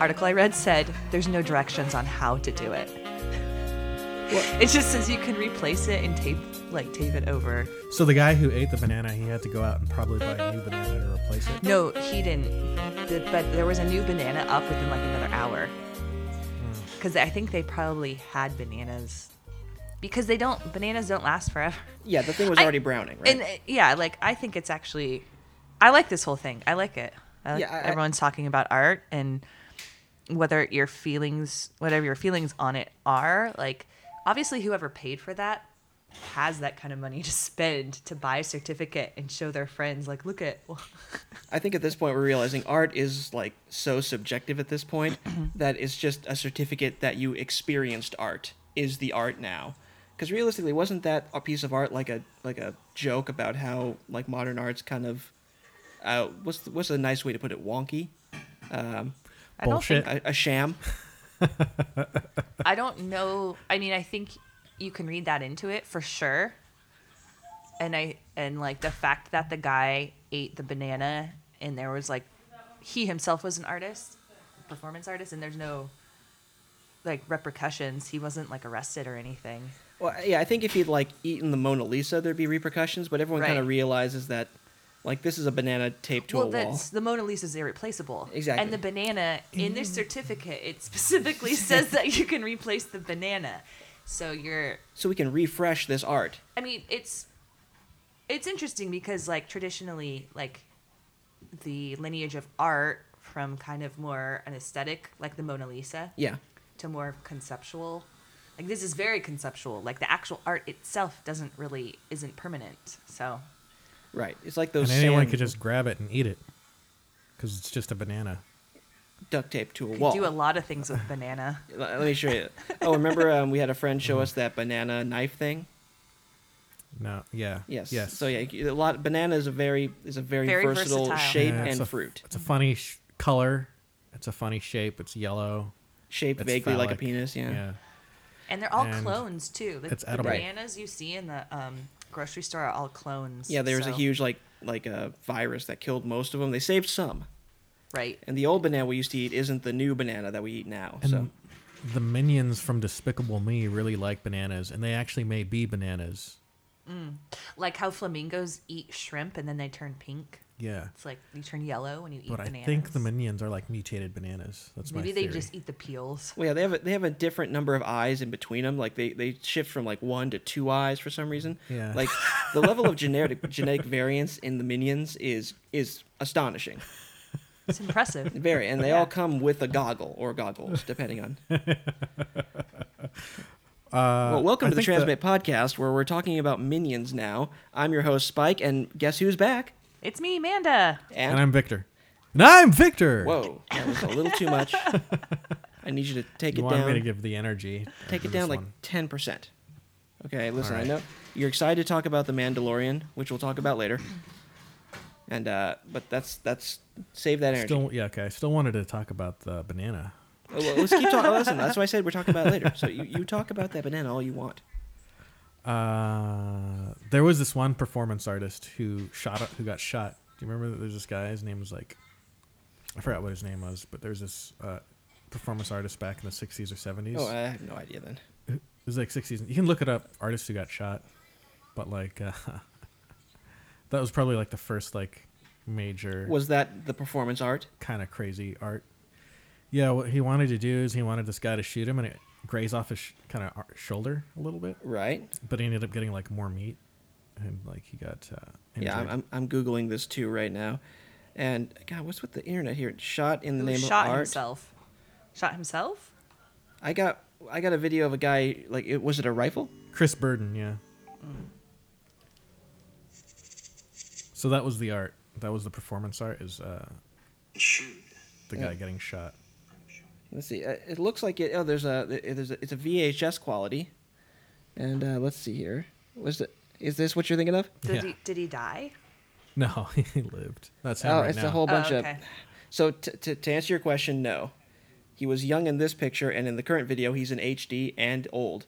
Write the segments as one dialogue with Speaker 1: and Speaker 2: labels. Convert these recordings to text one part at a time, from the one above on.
Speaker 1: article I read said there's no directions on how to do it. It just says you can replace it and tape like tape it over.
Speaker 2: So the guy who ate the banana, he had to go out and probably buy a new banana to replace it.
Speaker 1: No, he didn't. The- but there was a new banana up within like another hour. Because I think they probably had bananas. Because they don't, bananas don't last forever.
Speaker 3: Yeah, the thing was
Speaker 1: I-
Speaker 3: already browning, right?
Speaker 1: And uh, yeah, like I think it's actually, I like this whole thing. I like it. I like
Speaker 3: Yeah, I- I-
Speaker 1: everyone's talking about art and whether your feelings, whatever your feelings on it are, like obviously whoever paid for that has that kind of money to spend to buy a certificate and show their friends, like, look at,
Speaker 3: I think at this point we're realizing art is like so subjective at this point that it's just a certificate that you experienced art is the art now. Because realistically, wasn't that a piece of art like a like a joke about how like modern art's kind of uh, what's the, what's a nice way to put it wonky
Speaker 1: I don't think
Speaker 2: Bullshit.
Speaker 3: a, a sham
Speaker 1: I don't know. I mean, I think you can read that into it for sure. And I and like the fact that the guy ate the banana and there was like he himself was an artist, performance artist, and there's no like repercussions. He wasn't like arrested or anything.
Speaker 3: Well, yeah, I think if he'd like eaten the Mona Lisa, there'd be repercussions. But everyone kind
Speaker 1: Right.
Speaker 3: of realizes that, like, this is a banana taped to
Speaker 1: well,
Speaker 3: a wall.
Speaker 1: that's the Mona Lisa's irreplaceable.
Speaker 3: Exactly.
Speaker 1: And the banana in this certificate, it specifically says that you can replace the banana. So you're
Speaker 3: So we can refresh this art.
Speaker 1: I mean, it's it's interesting because like traditionally, like the lineage of art from kind of more an aesthetic, like the Mona Lisa,
Speaker 3: Yeah,
Speaker 1: to more conceptual. Like this is very conceptual. Like the actual art itself doesn't really isn't permanent. So
Speaker 3: right. It's like those
Speaker 2: And anyone
Speaker 3: sand
Speaker 2: could just grab it and eat it because it's just a banana.
Speaker 3: duct tape to a
Speaker 1: you
Speaker 3: wall.
Speaker 1: do a lot of things with banana.
Speaker 3: L- Let me show you. Oh, remember um, we had a friend
Speaker 2: Mm-hmm.
Speaker 3: show us that banana knife thing.
Speaker 2: No, yeah.
Speaker 3: Yes.
Speaker 2: Yes.
Speaker 3: So yeah, you- a lot. Banana is a very is a very,
Speaker 1: Very
Speaker 3: versatile,
Speaker 1: versatile.
Speaker 3: shape
Speaker 2: Yeah, it's
Speaker 3: and
Speaker 2: a-
Speaker 3: fruit.
Speaker 2: It's a funny sh- color. It's a funny shape. It's yellow.
Speaker 3: Shaped
Speaker 2: It's
Speaker 3: vaguely like a
Speaker 2: phallic.
Speaker 3: penis. Yeah.
Speaker 2: Yeah.
Speaker 1: And they're all
Speaker 2: And
Speaker 1: clones too. The,
Speaker 2: it's
Speaker 1: the
Speaker 2: edible.
Speaker 3: Right.
Speaker 1: bananas you see in the um, grocery store are all clones.
Speaker 3: Yeah, there was a
Speaker 1: so-
Speaker 3: huge like like a virus that killed most of them. They saved some.
Speaker 1: right.
Speaker 3: And the old banana we used to eat isn't the new banana that we eat now.
Speaker 2: And
Speaker 3: so
Speaker 2: the minions from Despicable Me really like bananas, and they actually may be bananas.
Speaker 1: Like how flamingos eat shrimp and then they turn pink.
Speaker 2: Yeah.
Speaker 1: It's like you turn yellow when you eat
Speaker 2: But
Speaker 1: bananas.
Speaker 2: I think the minions are like mutated bananas. That's my
Speaker 1: Maybe they
Speaker 2: theory.
Speaker 1: just eat the peels.
Speaker 3: Well, yeah, they have a, they have a different number of eyes in between them. Like they, they shift from like one to two eyes for some reason.
Speaker 2: Yeah.
Speaker 3: Like the level of genetic genetic variance in the minions is is astonishing.
Speaker 1: It's impressive.
Speaker 3: Very, and they
Speaker 1: Yeah.
Speaker 3: all come with a goggle or goggles, depending on. well, welcome
Speaker 2: Uh, I
Speaker 3: to
Speaker 2: think
Speaker 3: the
Speaker 2: the-
Speaker 3: Transmit podcast, where we're talking about minions now. I'm your host Spike, and guess who's back?
Speaker 1: it's me, Amanda.
Speaker 3: And,
Speaker 2: and I'm Victor. And I'm Victor.
Speaker 3: whoa, that was a little too much. I need you to take
Speaker 2: You
Speaker 3: it
Speaker 2: want
Speaker 3: down.
Speaker 2: me to give the energy?
Speaker 3: Take
Speaker 2: for
Speaker 3: it down
Speaker 2: this
Speaker 3: like
Speaker 2: one?
Speaker 3: ten percent. Okay, listen. I
Speaker 2: right.
Speaker 3: know you're excited to talk about the Mandalorian, which we'll talk about later. And uh, but that's that's save that energy.
Speaker 2: Still, yeah, okay. I still wanted to talk about the banana.
Speaker 3: Oh, well, let's keep talking. listen, that's why I said we're talking about it later. So you, you talk about that banana all you want.
Speaker 2: Uh, there was this one performance artist who shot who got shot. Do you remember that there's this guy? His name was like, I forgot what his name was, but there's this uh, performance artist back in the 60s or 70s.
Speaker 3: Oh, I have no idea then.
Speaker 2: it was like 60s. You can look it up. Artists who got shot, but like uh, that was probably like the first like major
Speaker 3: Was that the performance art?
Speaker 2: kind of crazy art. Yeah, what he wanted to do is he wanted this guy to shoot him, and it grazed off his sh- kind of shoulder a little bit.
Speaker 3: Right.
Speaker 2: but he ended up getting like more meat and like he got uh injured.
Speaker 3: Yeah, I'm, I'm I'm googling this too right now. And God, what's with the internet here? Shot in the
Speaker 1: Who
Speaker 3: name
Speaker 1: shot
Speaker 3: of art.
Speaker 1: himself? Shot himself?
Speaker 3: I got I got a video of a guy like it, was it a rifle?
Speaker 2: chris burden yeah so that was the art that was the performance art is uh the guy getting shot
Speaker 3: Let's see. Uh, it looks like it. Oh, there's a it- there's a, it's a VHS quality, and uh, let's see here. Was it? Is this what you're thinking of?
Speaker 1: Did,
Speaker 2: Yeah.
Speaker 1: he, did he die?
Speaker 2: no he lived that's him
Speaker 3: oh,
Speaker 2: right
Speaker 3: it's
Speaker 2: now
Speaker 3: a whole
Speaker 1: Oh,
Speaker 3: bunch
Speaker 1: okay.
Speaker 3: of. So t- t- to answer your question, no, he was young in this picture, and in the current video, he's in HD and old.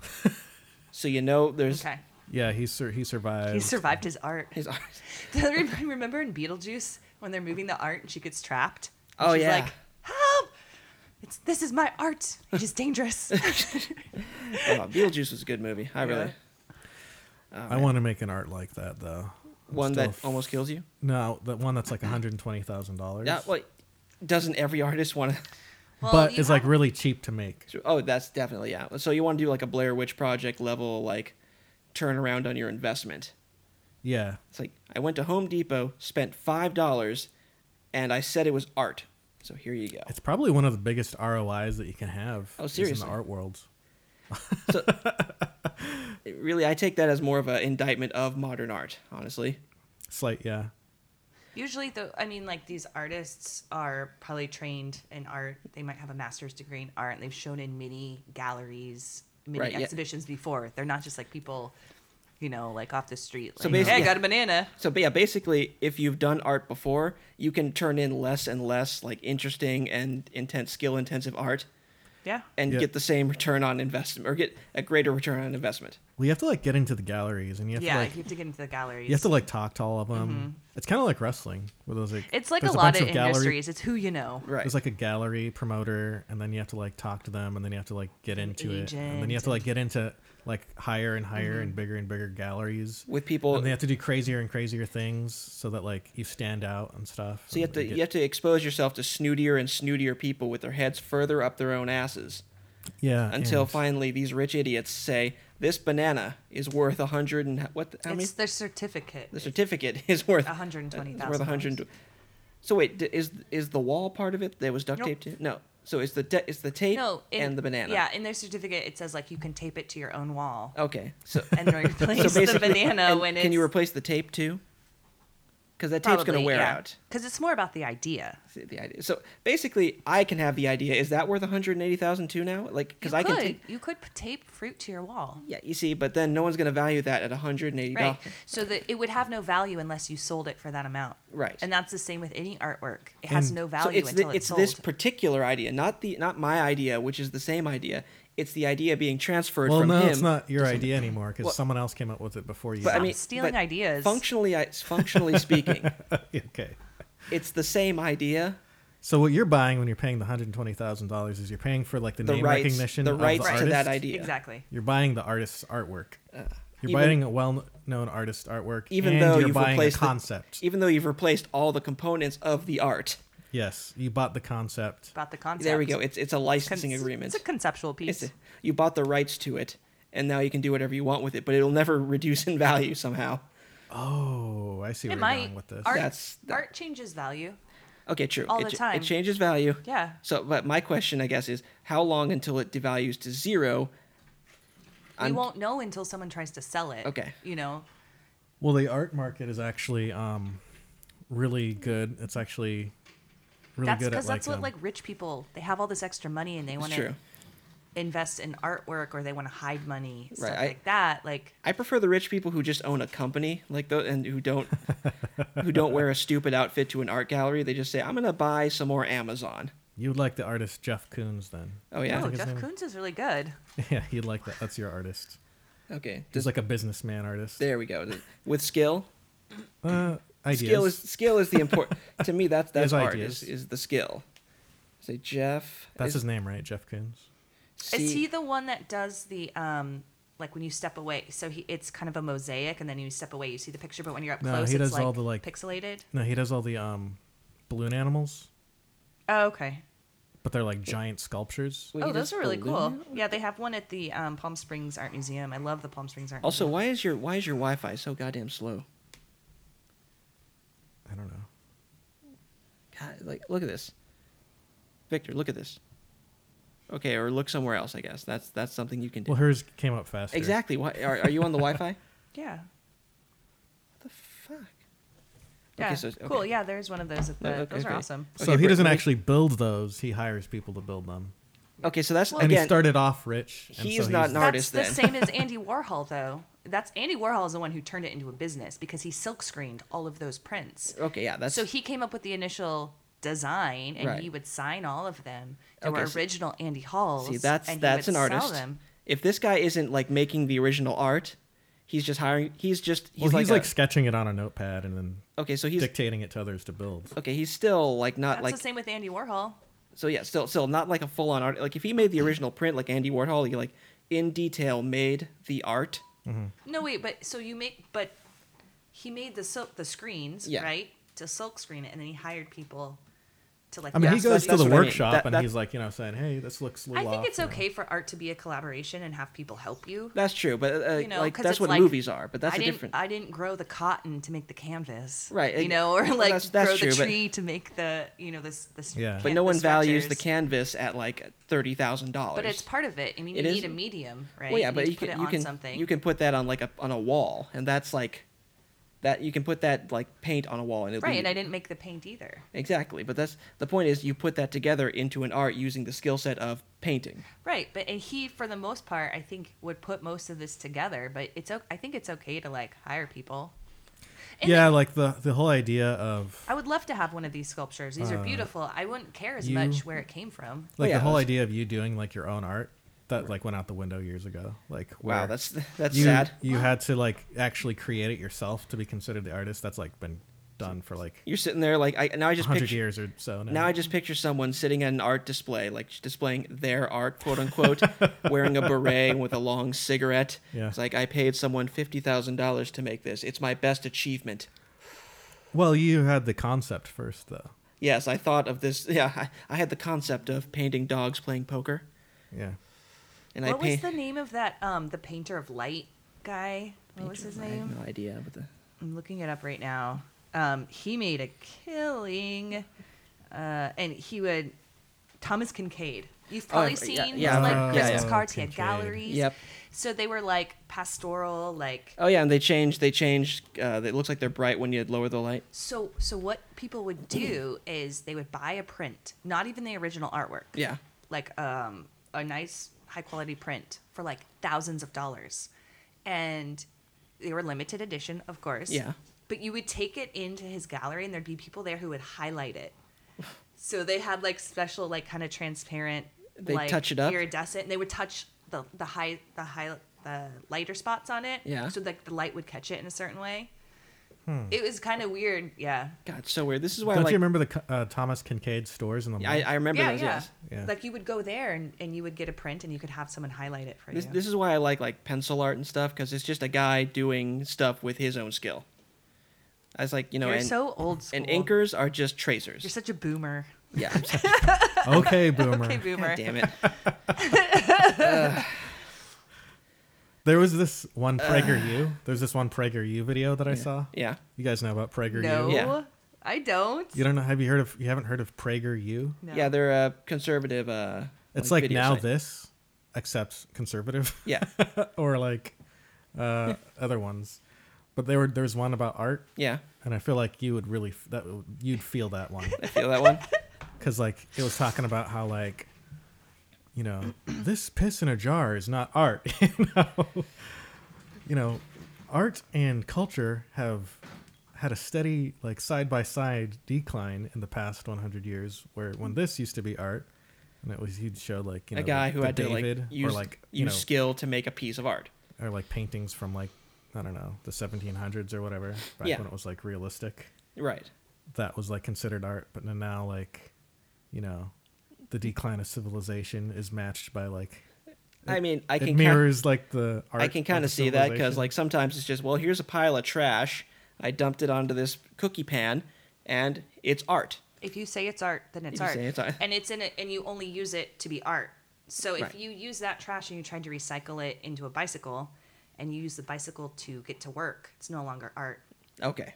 Speaker 3: so you know there's
Speaker 1: Okay.
Speaker 2: yeah he sur- he survived
Speaker 1: He survived his art.
Speaker 3: his eyes.
Speaker 1: Does everybody remember in Beetlejuice when they're moving the art and she gets trapped? And
Speaker 3: Oh,
Speaker 1: she's
Speaker 3: yeah.
Speaker 1: like, help! It's, this is my art. It is dangerous.
Speaker 3: Oh, Beetlejuice was a good movie. I really
Speaker 2: I want to make an art like that though. I'm
Speaker 3: Oh, one
Speaker 2: still
Speaker 3: that
Speaker 2: f-
Speaker 3: almost kills you.
Speaker 2: no, the one that's like one hundred twenty thousand dollars.
Speaker 3: Yeah, well, doesn't every artist want to?
Speaker 1: Well,
Speaker 2: but
Speaker 1: you
Speaker 2: it's like
Speaker 1: have-
Speaker 2: really cheap to make.
Speaker 3: Oh, that's definitely yeah. So you want to do like a Blair Witch Project level like turnaround on your investment.
Speaker 2: Yeah,
Speaker 3: It's like I went to Home Depot, spent five dollars, and I said it was art. So here you go.
Speaker 2: it's probably one of the biggest ROIs that you can have.
Speaker 3: Oh,
Speaker 2: is in
Speaker 3: seriously.
Speaker 2: the art world.
Speaker 3: It really, I take that as more of an indictment of modern art, honestly.
Speaker 2: Slight, yeah.
Speaker 1: Usually, though, I mean, like these artists are probably trained in art. They might have a master's degree in art. and They've shown in many galleries, many
Speaker 3: Right, yeah.
Speaker 1: exhibitions before. They're not just like people, you know, like off the street. Like,
Speaker 3: So
Speaker 1: hey,
Speaker 3: basically-
Speaker 1: I got a banana.
Speaker 3: So, but yeah, basically, if you've done art before, you can turn in less and less like interesting and intense, skill-intensive art,
Speaker 1: Yeah.
Speaker 3: and
Speaker 2: Yeah.
Speaker 3: get the same return on investment or get a greater return on investment.
Speaker 2: Well, you have to like get into the galleries, and you have
Speaker 1: Yeah,
Speaker 2: to like
Speaker 1: you have to get into the galleries.
Speaker 2: you have to like talk to all of them. It's kind of like wrestling, where there's like
Speaker 1: it's like a
Speaker 2: there's
Speaker 1: lot
Speaker 2: bunch
Speaker 1: of,
Speaker 2: gallery-
Speaker 1: industries. It's who you know.
Speaker 3: Right.
Speaker 2: There's like a gallery promoter, and then you have to like talk to them, and then you have to like get into it, and then you have to like get into like higher and higher
Speaker 1: Mm-hmm.
Speaker 2: and bigger and bigger galleries
Speaker 3: With people-
Speaker 2: and they have to do crazier and crazier things so that like you stand out and stuff.
Speaker 3: So you have
Speaker 2: and
Speaker 3: to
Speaker 2: get-
Speaker 3: you have to expose yourself to snootier and snootier people with their heads further up their own asses
Speaker 2: yeah
Speaker 3: until
Speaker 2: and-
Speaker 3: finally these rich idiots say this banana is worth a hundred and what the- how many
Speaker 1: It's their certificate.
Speaker 3: the certificate is worth
Speaker 1: A hundred and twenty
Speaker 3: it's
Speaker 1: thousand
Speaker 3: worth a hundred and tw- So wait, d- is is the wall part of it that was duct
Speaker 1: Nope.
Speaker 3: taped to? No. So it's the de- it's the tape
Speaker 1: No, in-
Speaker 3: and the banana.
Speaker 1: Yeah, in their certificate it says like you can tape it to your own wall
Speaker 3: Okay. So
Speaker 1: and replace the
Speaker 3: basically-
Speaker 1: banana
Speaker 3: and
Speaker 1: when it's
Speaker 3: can you replace the tape too? Because that tape's going to wear out.
Speaker 1: Because it's more about the idea.
Speaker 3: See, the idea. So basically, I can have the idea. Is that worth one hundred and eighty thousand too now? Like, because
Speaker 1: you
Speaker 3: I
Speaker 1: could.
Speaker 3: can take.
Speaker 1: You could p- tape fruit to your wall.
Speaker 3: Yeah, you see, but then no one's going to value that at one hundred and eighty
Speaker 1: Right.
Speaker 3: dollars.
Speaker 1: So that it would have no value unless you sold it for that amount.
Speaker 3: Right.
Speaker 1: And that's the same with any artwork. It has
Speaker 2: And-
Speaker 1: no
Speaker 3: So
Speaker 1: value
Speaker 3: it's
Speaker 1: until it's,
Speaker 3: the, it's
Speaker 1: sold.
Speaker 3: this particular idea, not the not my idea, which is the same idea. It's the idea being transferred
Speaker 2: Well,
Speaker 3: from
Speaker 2: no,
Speaker 3: him.
Speaker 2: it's not your idea anymore because
Speaker 3: Well-
Speaker 2: someone else came up with it before you.
Speaker 3: But I
Speaker 2: did.
Speaker 3: mean,
Speaker 1: stealing
Speaker 3: but
Speaker 1: ideas.
Speaker 3: Functionally, I- functionally speaking,
Speaker 2: okay.
Speaker 3: it's the same idea.
Speaker 2: So what you're buying when you're paying the hundred twenty thousand dollars is you're paying for like the,
Speaker 3: The
Speaker 2: name
Speaker 3: rights,
Speaker 2: recognition,
Speaker 3: the
Speaker 2: of
Speaker 3: rights
Speaker 2: the
Speaker 3: to
Speaker 2: artist.
Speaker 3: that idea. Uh,
Speaker 1: Exactly.
Speaker 2: You're buying the artist's artwork. you're
Speaker 3: even-
Speaker 2: buying a well-known artist artwork,
Speaker 3: Even
Speaker 2: and
Speaker 3: though
Speaker 2: you're
Speaker 3: you've
Speaker 2: buying a
Speaker 3: replaced the- e
Speaker 2: concept.
Speaker 3: Even though you've replaced all the components of the art,
Speaker 2: yes, you bought the concept.
Speaker 1: About the concept.
Speaker 3: there we go. It's it's a
Speaker 1: Con-
Speaker 3: licensing agreement.
Speaker 1: It's a conceptual
Speaker 3: It's
Speaker 1: piece.
Speaker 3: a- you bought the rights to it, and now you can do whatever you want with it, but it'll never reduce in value somehow.
Speaker 2: Oh, I see where
Speaker 1: it
Speaker 2: you're
Speaker 1: might.
Speaker 2: going with this.
Speaker 1: Art,
Speaker 3: That's- that-
Speaker 1: art changes value.
Speaker 3: Okay, true.
Speaker 1: All
Speaker 3: it,
Speaker 1: the
Speaker 3: ch-
Speaker 1: time.
Speaker 3: It changes value.
Speaker 1: Yeah.
Speaker 3: So, but my question, I guess, is how long until it devalues to zero?
Speaker 1: We won't know until someone tries to sell it.
Speaker 3: Okay.
Speaker 1: You know,
Speaker 2: Well, the art market is actually um, really good. It's actually really
Speaker 1: that's
Speaker 2: good at
Speaker 1: because
Speaker 2: like,
Speaker 1: that's what
Speaker 2: um,
Speaker 1: like rich people they have all this extra money and they
Speaker 3: It's
Speaker 1: want
Speaker 3: true.
Speaker 1: to invest in artwork or they want to hide money stuff
Speaker 3: Right, I-
Speaker 1: like that. Like
Speaker 3: I prefer the rich people who just own a company, like those, and who don't, who don't wear a stupid outfit to an art gallery. They just say, "I'm gonna buy some more Amazon."
Speaker 2: you would like the artist Jeff Koons then.
Speaker 3: Oh yeah.
Speaker 1: Oh,
Speaker 2: his
Speaker 1: Jeff
Speaker 2: name-
Speaker 1: Koons is really good.
Speaker 2: Yeah, you'd like that. That's your artist.
Speaker 3: Okay.
Speaker 2: He's like a businessman artist.
Speaker 3: There we go. With skill,
Speaker 2: Uh, ideas.
Speaker 3: skill is skill is the important. to me, that's that's
Speaker 2: His
Speaker 3: art
Speaker 2: ideas.
Speaker 3: is, is the skill. Say Jeff.
Speaker 2: That's
Speaker 3: is
Speaker 2: his name, right? Jeff Koons.
Speaker 1: Is
Speaker 3: C-
Speaker 1: he the one that does the um like when you step away? So he it's kind of a mosaic, and then you step away, you see the picture, but when you're up
Speaker 2: No,
Speaker 1: close,
Speaker 2: he
Speaker 1: it's
Speaker 2: does
Speaker 1: like,
Speaker 2: all the, like-
Speaker 1: pixelated.
Speaker 2: No, he does all the um, balloon animals,
Speaker 1: Oh, okay.
Speaker 2: but they're like giant sculptures.
Speaker 3: Wait,
Speaker 1: oh,
Speaker 3: he
Speaker 1: those
Speaker 3: does
Speaker 1: are really cool.
Speaker 3: balloon?
Speaker 1: Yeah, they have one at the um, Palm Springs Art Museum. I love the Palm Springs Art.
Speaker 3: Also, why is your why is your Wi-Fi so goddamn slow?
Speaker 2: I don't know.
Speaker 3: God, like look at this, Victor. Look at this. Okay, or look somewhere else. I guess that's that's something you can do.
Speaker 2: Well, hers came up faster.
Speaker 3: exactly. Why are, are you on the Wi-Fi?
Speaker 1: Museum.
Speaker 3: What the fuck?
Speaker 1: Yeah. Yeah.
Speaker 3: Okay, so-
Speaker 1: Cool.
Speaker 3: okay. Oh,
Speaker 1: Yeah, there's one of those. At the,
Speaker 3: okay,
Speaker 1: those are
Speaker 3: okay.
Speaker 1: awesome.
Speaker 2: So
Speaker 3: Okay,
Speaker 2: he doesn't
Speaker 3: Brittany-
Speaker 2: actually build those. He hires people to build them.
Speaker 3: Okay, so that's
Speaker 2: and
Speaker 3: again.
Speaker 2: he started off rich. and
Speaker 3: he
Speaker 2: so
Speaker 3: is not an
Speaker 2: he's-
Speaker 1: That's
Speaker 3: artist
Speaker 1: the
Speaker 3: then.
Speaker 1: same as Andy Warhol, though. That's Andy Warhol is the one who turned it into a business because he silk screened all of those prints.
Speaker 3: okay, yeah, that's
Speaker 1: So he came up with the initial design, and
Speaker 3: Right.
Speaker 1: he would sign all of them. There
Speaker 3: Okay,
Speaker 1: were
Speaker 3: so-
Speaker 1: original Andy Halls.
Speaker 3: see that's
Speaker 1: and he
Speaker 3: that's an
Speaker 1: would
Speaker 3: artist.
Speaker 1: Sell them.
Speaker 3: If this guy isn't like making the original art, he's just hiring. He's just he's
Speaker 2: well,
Speaker 3: like,
Speaker 2: he's like
Speaker 3: a-
Speaker 2: sketching it on a notepad and then
Speaker 3: okay, so he's
Speaker 2: dictating it to others to build.
Speaker 3: okay. He's still like not
Speaker 1: That's
Speaker 3: like
Speaker 1: the same with Andy Warhol.
Speaker 3: So yeah, still still not like a full on art. Like if he made
Speaker 1: Mm.
Speaker 3: the original print, like Andy Warhol, he like in detail made the art.
Speaker 1: No, wait, but so you make, but he made the silk, the screens,
Speaker 3: Yeah.
Speaker 1: right? To silk screen it, and then he hired people to like.
Speaker 2: I mean,
Speaker 1: make-
Speaker 2: he
Speaker 3: Yes,
Speaker 2: goes
Speaker 3: that's-
Speaker 2: to the
Speaker 3: that's what I mean.
Speaker 2: workshop
Speaker 3: That-
Speaker 2: and
Speaker 3: that-
Speaker 2: he's like, you know, saying, "Hey, this looks a
Speaker 1: I
Speaker 2: little
Speaker 1: think
Speaker 2: off,"
Speaker 1: it's
Speaker 2: you know.
Speaker 1: okay for art to be a collaboration and have people help you.
Speaker 3: That's true, but uh,
Speaker 1: You know,
Speaker 3: like
Speaker 1: 'cause
Speaker 3: that's
Speaker 1: it's
Speaker 3: what
Speaker 1: like,
Speaker 3: movies are. But that's
Speaker 1: I
Speaker 3: a
Speaker 1: didn't,
Speaker 3: different.
Speaker 1: I didn't grow the cotton to make the canvas,
Speaker 3: Right,
Speaker 1: You
Speaker 3: it-
Speaker 1: know, or
Speaker 3: well,
Speaker 1: like
Speaker 3: that's- that's
Speaker 1: grow
Speaker 3: true,
Speaker 1: the
Speaker 3: but-
Speaker 1: tree to make the you know this this.
Speaker 2: Yeah.
Speaker 1: plant-
Speaker 2: But
Speaker 3: but no
Speaker 1: the
Speaker 3: one values the
Speaker 1: structures.
Speaker 3: canvas at like thirty thousand dollars.
Speaker 1: But it's part of it. I mean,
Speaker 3: It
Speaker 1: you
Speaker 3: is-
Speaker 1: need a medium, right?
Speaker 3: Well, yeah, but
Speaker 1: need
Speaker 3: you
Speaker 1: to put
Speaker 3: can
Speaker 1: it
Speaker 3: you
Speaker 1: on
Speaker 3: can
Speaker 1: something.
Speaker 3: you can put that on like a on a wall, and that's like that you can put that like paint on a wall, and it'll
Speaker 1: right,
Speaker 3: be,
Speaker 1: and I didn't make the paint either.
Speaker 3: exactly. But that's the point is you put that together into an art using the skill set of painting.
Speaker 1: Right, but and he, for the most part, I think would put most of this together. But it's o- I think it's okay to like hire people. And
Speaker 2: Yeah, like the the whole idea of
Speaker 1: I would love to have one of these sculptures. These are beautiful. I wouldn't care as
Speaker 2: you-
Speaker 1: much where it came from.
Speaker 2: like
Speaker 3: Oh, yeah,
Speaker 2: the whole
Speaker 3: that's-
Speaker 2: idea of you doing like your own art that like went out the window years ago. Like
Speaker 3: Wow,
Speaker 2: where
Speaker 3: that's that's
Speaker 2: you,
Speaker 3: sad.
Speaker 2: You had to like actually create it yourself to be considered the artist. That's like been done for like
Speaker 3: You're sitting there like I now I just
Speaker 2: hundred
Speaker 3: picture,
Speaker 2: years or so now.
Speaker 3: now I just picture someone sitting at an art display, like displaying their art, quote unquote, wearing a beret and with a long cigarette.
Speaker 2: Yeah.
Speaker 3: It's like I paid someone fifty thousand dollars to make this. It's my best achievement.
Speaker 2: well, you had the concept first though.
Speaker 3: Yes, I thought of this. Yeah, I, I had the concept of painting dogs playing poker,
Speaker 2: Yeah.
Speaker 3: and I
Speaker 1: What was
Speaker 3: paint.
Speaker 1: the name of that? Um, the painter of light guy. What was his
Speaker 3: I have
Speaker 1: name?
Speaker 3: no idea, but the
Speaker 1: I'm looking it up right now. Um, he made a killing, uh, and he would Thomas Kincaid. You've probably
Speaker 3: I've- Oh, yeah,
Speaker 1: seen
Speaker 3: yeah,
Speaker 1: his,
Speaker 3: I've
Speaker 1: like
Speaker 3: heard- yeah,
Speaker 1: Christmas
Speaker 2: yeah.
Speaker 1: cards. He had
Speaker 2: Kincaid.
Speaker 1: galleries.
Speaker 3: Yep.
Speaker 1: So they were like pastoral, like
Speaker 3: oh yeah, and they changed. They changed. Uh, it looks like they're bright when you lower the light.
Speaker 1: so. So what people would do is they would buy a print, not even the original artwork.
Speaker 3: Yeah.
Speaker 1: like um, a nice high quality print for like thousands of dollars and they were limited edition of course
Speaker 3: Yeah.
Speaker 1: but you would take it into his gallery and there'd be people there who would highlight it so they had like special like kind of transparent
Speaker 3: They
Speaker 1: like
Speaker 3: touch it up?
Speaker 1: iridescent and they would touch the the high the high the lighter spots on it
Speaker 3: Yeah.
Speaker 1: so like the light would catch it in a certain way it was kind of weird yeah
Speaker 3: God, it's so weird. This is why
Speaker 2: Don't
Speaker 3: like,
Speaker 2: you remember the co- uh, Thomas Kincaid stores in the mall?
Speaker 3: I, I remember
Speaker 1: yeah,
Speaker 3: those.
Speaker 1: yeah.
Speaker 3: Yes.
Speaker 2: Yeah.
Speaker 1: Like you would go there and, and you would get a print and you could have someone highlight it for
Speaker 3: This,
Speaker 1: you.
Speaker 3: this is why I like like pencil art and stuff because it's just a guy doing stuff with his own skill. I was like, you know,
Speaker 1: You're
Speaker 3: and,
Speaker 1: so old school.
Speaker 3: and inkers are just
Speaker 1: You're
Speaker 3: tracers.
Speaker 1: such a boomer.
Speaker 3: Yeah, I'm sorry.
Speaker 2: okay, boomer.
Speaker 1: Okay, boomer.
Speaker 3: God damn it.
Speaker 2: There was this one PragerU. There's this one PragerU video that I saw.
Speaker 3: Uh, Yeah,
Speaker 2: You guys know about PragerU?
Speaker 1: No,
Speaker 3: Yeah.
Speaker 1: I don't.
Speaker 2: You don't know? Have you heard of? You haven't heard of PragerU?
Speaker 1: No.
Speaker 3: yeah, they're a conservative. Uh,
Speaker 2: It's like,
Speaker 3: video
Speaker 2: now
Speaker 3: site.
Speaker 2: this, except conservative.
Speaker 3: Yeah,
Speaker 2: or like uh, other ones. But there were there's one about art,
Speaker 3: yeah.
Speaker 2: and I feel like you would really f- that would- you'd feel that one
Speaker 3: I feel that one.
Speaker 2: because like it was talking about how like you know this piss in a jar is not art. you know, you know, art and culture have had a steady like side by side decline in the past 100 years. Where when this used to be art. And it was he'd show like you know
Speaker 3: a guy
Speaker 2: the-
Speaker 3: who
Speaker 2: the
Speaker 3: had
Speaker 2: David
Speaker 3: to like use
Speaker 2: or like you
Speaker 3: use
Speaker 2: know
Speaker 3: skill to make a piece of art.
Speaker 2: or like paintings from like I don't know the 1700s or whatever back
Speaker 3: Yeah.
Speaker 2: when it was like realistic.
Speaker 3: Right.
Speaker 2: That was like considered art, but then now like you know the
Speaker 3: Mm-hmm.
Speaker 2: decline of civilization is matched by like
Speaker 3: I mean, I
Speaker 2: it
Speaker 3: can kind
Speaker 2: mirrors like the art.
Speaker 3: I can kind
Speaker 2: the
Speaker 3: of see that because
Speaker 2: civilization.
Speaker 3: like sometimes it's just well, here's a pile of trash. I dumped it onto this cookie pan, and it's art.
Speaker 1: If you say it's art, then it's
Speaker 3: If you
Speaker 1: art.
Speaker 3: say it's art.
Speaker 1: And it's in it, and you only use it to be art. So if
Speaker 3: Right.
Speaker 1: you use that trash and you tried to recycle it into a bicycle, and you use the bicycle to get to work, it's no longer art.
Speaker 3: Okay.